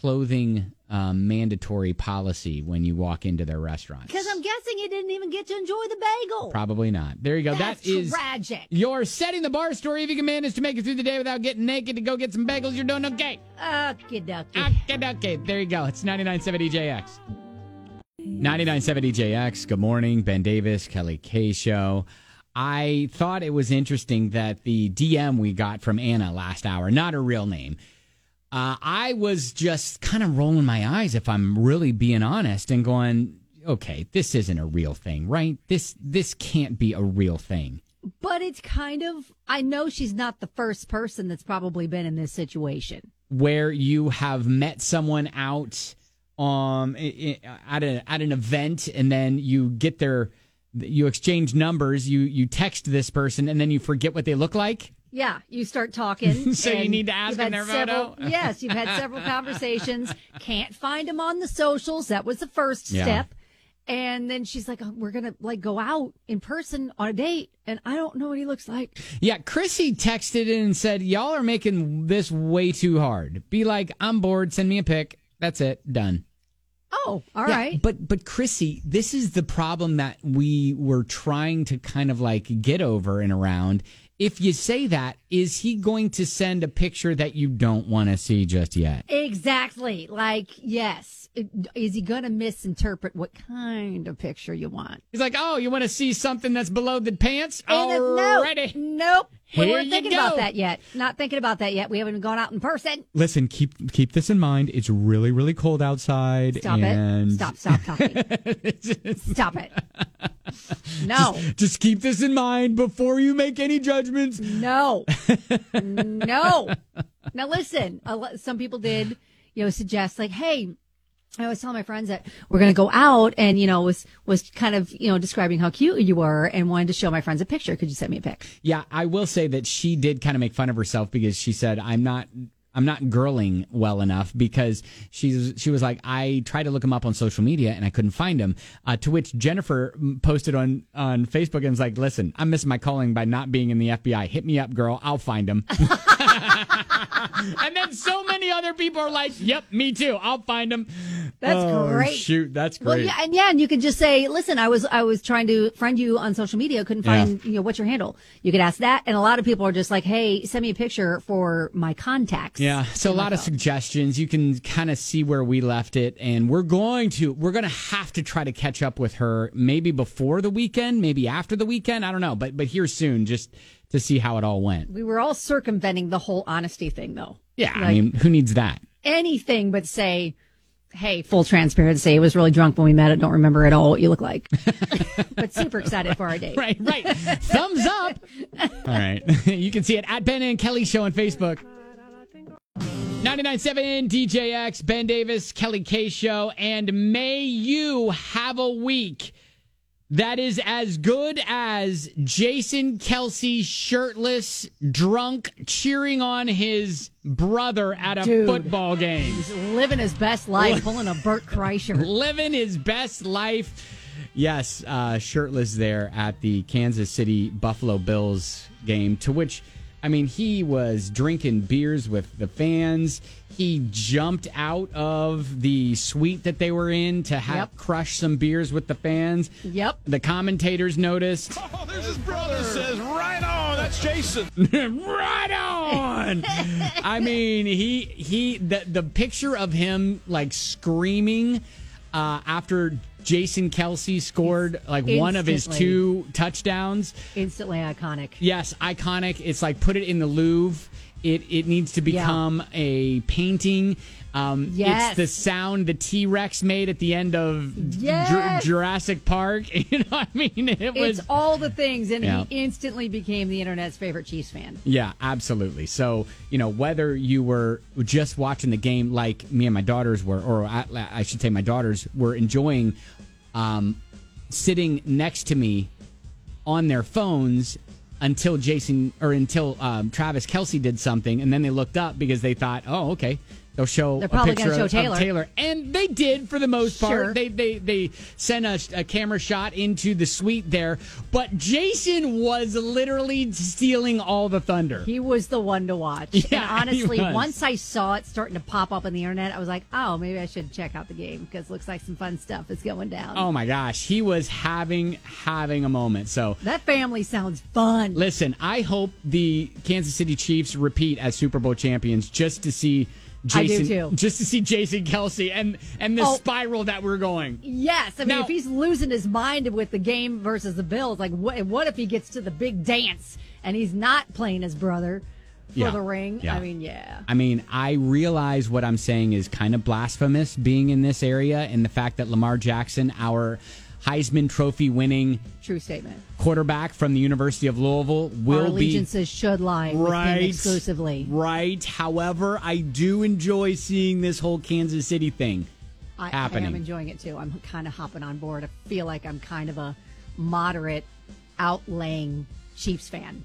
S1: clothing um, mandatory policy when you walk into their restaurant.
S2: Because I'm guessing you didn't even get to enjoy the bagel.
S1: Probably not. There you go.
S2: That's
S1: That is
S2: tragic.
S1: your setting the bar story. If you can manage to make it through the day without getting naked to go get some bagels, you're doing okay.
S2: Okay, ducky.
S1: Okay, okay. There you go. It's 9970 JX. 9970 JX. Good morning. Ben Davis, Kelly K Show. I thought it was interesting that the DM we got from Anna last hour, not her real name, uh, I was just kind of rolling my eyes, if I'm really being honest, and going, okay, this isn't a real thing, right? This this can't be a real thing.
S2: But it's kind of I know she's not the first person that's probably been in this situation.
S1: where you have met someone out um i- i- at a at an event and then you get their you exchange numbers you you text this person and then you forget what they look like
S2: Yeah,
S1: [LAUGHS]
S2: you start talking.
S1: So you
S2: and
S1: need to ask
S2: you've
S1: them
S2: had
S1: their photo?
S2: several- yes, you've had several
S1: [LAUGHS]
S2: conversations. Can't find them on the socials. That was the first
S1: Yeah.
S2: step. And then she's like, oh, "We're gonna like go out in person on a date," and I don't know what he looks like.
S1: yeah chrissy texted in and said y'all are making this way too hard be like i'm bored send me a pic that's it done
S2: Oh, all right.
S1: Yeah, But but Chrissy, this is the problem that we were trying to kind of like get over and around. If you say that, is he going to send a picture that you don't want to see just yet?
S2: Exactly. Like, yes. Is he going to misinterpret what kind of picture you want?
S1: He's like, "Oh, you want to see something that's below the pants?"
S2: And if-
S1: Alrighty.
S2: No, nope. We
S1: Here
S2: weren't
S1: you
S2: thinking about
S1: go.
S2: that yet. Not thinking about that yet. We haven't even gone out in person.
S1: Listen, keep keep this in mind. It's really really cold outside.
S2: Stop
S1: and
S2: it. Stop, stop talking. stop it. No,
S1: [LAUGHS] Just keep this in mind before you make any judgments.
S2: no, no. Now, listen, a lo- some people did, you know, suggest like, hey, I always tell my friends that we're going to go out and, you know, was, was kind of, you know, describing how cute you were and wanted to show my friends a picture. Could you send me a pic?
S1: Yeah, I will say that she did kind of make fun of herself because she said, "I'm not." I'm not girling well enough because she's she was like I tried to look him up on social media and I couldn't find him. Uh, to which Jennifer mm, posted on on Facebook and was like, "Listen, I'm missing my calling by not being in the FBI. Hit me up, girl. I'll find
S2: [LAUGHS]
S1: him." and then so many other people are like, "Yep, me too. I'll find him."
S2: That's
S1: Oh,
S2: great.
S1: Shoot, that's great.
S2: Well, yeah, and yeah, and you can just say, "Listen, I was I was trying to friend you on social media, couldn't
S1: Yeah.
S2: find you know what's your handle." You could ask that, and a lot of people are just like, "Hey, send me a picture for my contacts."
S1: Yeah. So a lot of suggestions. You can kind of see where we left it, and we're going to we're going to have to try to catch up with her maybe before the weekend, maybe after the weekend. I don't know, but but here soon, just to see how it all went.
S2: We were all circumventing the whole honesty thing, though.
S1: Yeah. I
S2: Like,
S1: mean, who needs that?
S2: anything but say, "Hey, full transparency, I was really drunk when we met. I don't remember at all what you
S1: [LAUGHS]
S2: look like, but super excited for our date."
S1: Right, right. Thumbs up. [LAUGHS] All right. [LAUGHS] you can see it at Ben and Kelly Show on Facebook. 99.7 DJX, Ben Davis, Kelly K Show, and may you have a week that is as good as Jason Kelsey shirtless, drunk, cheering on his brother at a
S2: Dude.
S1: football game.
S2: He's living his best life, pulling a Burt Kreischer.
S1: [LAUGHS] Living his best life. Yes, uh, shirtless there at the Kansas City Buffalo Bills game, to which, I mean, he was drinking beers with the fans. He jumped out of the suite that they were in to have
S2: Yep.
S1: crush some beers with the fans.
S2: Yep.
S1: The commentators noticed.
S12: There's his brother says, right on. That's Jason.
S1: right on.
S2: [LAUGHS]
S1: I mean, he he the the picture of him like screaming uh, after Jason Kelsey scored like one of his
S2: Instantly.
S1: two touchdowns.
S2: Instantly iconic.
S1: Yes, iconic. It's like put it in the Louvre. It it needs to
S2: Yeah.
S1: become a painting. Um,
S2: Yes.
S1: It's the sound the T Rex made at the end of
S2: Yes.
S1: Jur- Jurassic Park. [LAUGHS] You know what I mean? It was
S2: it's all the things, and
S1: Yeah.
S2: he instantly became the internet's favorite Chiefs fan.
S1: Yeah, absolutely. So, you know, whether you were just watching the game like me and my daughters were, or I, I should say my daughters were enjoying um, sitting next to me on their phones until Jason or until um, Travis Kelsey did something. And then they looked up because they thought, oh, okay, they'll show
S2: They're
S1: a
S2: probably
S1: picture
S2: gonna show
S1: of-
S2: Taylor.
S1: of Taylor. And they did for the most part.
S2: Sure.
S1: They they they sent a, a camera shot into the suite there, but Jason was literally stealing all the thunder.
S2: He was the one to watch.
S1: Yeah,
S2: and
S1: he
S2: honestly,
S1: was.
S2: once I saw it starting to pop up on the internet, I was like, oh, maybe I should check out the game because looks like some fun stuff is going down.
S1: Oh my gosh, he was having having a moment. So
S2: That family sounds fun.
S1: listen, I hope the Kansas City Chiefs repeat as Super Bowl champions just to see
S2: I do
S1: Jason
S2: too.
S1: just to see Jason Kelsey and and the
S2: Oh.
S1: spiral that we're going.
S2: Yes, I mean,
S1: Now-
S2: if he's losing his mind with the game versus the Bills, like, what, what if he gets to the big dance and he's not playing his brother for
S1: Yeah,
S2: the ring?
S1: yeah.
S2: I mean, yeah.
S1: I mean, I realize what I'm saying is kind of blasphemous being in this area and the fact that Lamar Jackson, our Heisman trophy winning
S2: True statement.
S1: quarterback from the University of Louisville
S2: Our
S1: will be
S2: allegiances should lie with him
S1: Right.
S2: exclusively.
S1: Right. However, I do enjoy seeing this whole Kansas City thing
S2: I, I
S1: happening.
S2: am enjoying it too. I'm kind of hopping on board. I feel like I'm kind of a moderate, outlaying
S1: [LAUGHS]
S2: Chiefs fan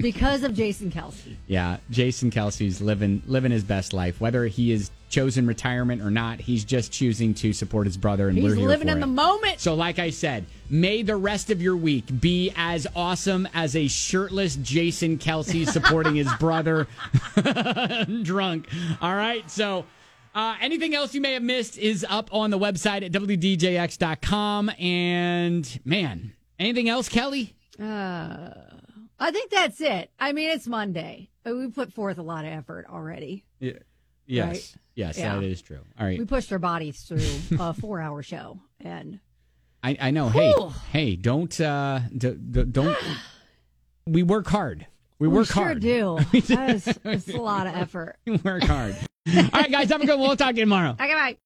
S2: because of Jason Kelsey.
S1: yeah, Jason Kelsey's living living his best life, whether he has chosen retirement or not. He's just choosing to support his brother, and
S2: He's
S1: we're here
S2: living
S1: for
S2: in the
S1: it.
S2: moment.
S1: So, like I said, may the rest of your week be as awesome as a shirtless Jason
S2: [LAUGHS]
S1: Kelsey supporting his brother [LAUGHS] drunk. All right. So, uh, anything else you may have missed is up on the website at WDJX.com. And man, anything else, Kelly?
S2: Uh, I think that's it. I mean, it's Monday, but we put forth a lot of effort already.
S1: Yeah.
S2: Yes. Right?
S1: Yes,
S2: Yeah.
S1: that is true. All right.
S2: We pushed our bodies through a four-hour show, and
S1: I, I know.
S2: Whew.
S1: Hey, hey, don't, uh, d- d-
S2: [GASPS]
S1: don't. we work hard. We
S2: we
S1: work
S2: sure
S1: hard. [LAUGHS]
S2: do. That is, it's a lot of effort.
S1: work hard. All right, guys, have a good one. We'll talk to you tomorrow.
S2: Okay, bye.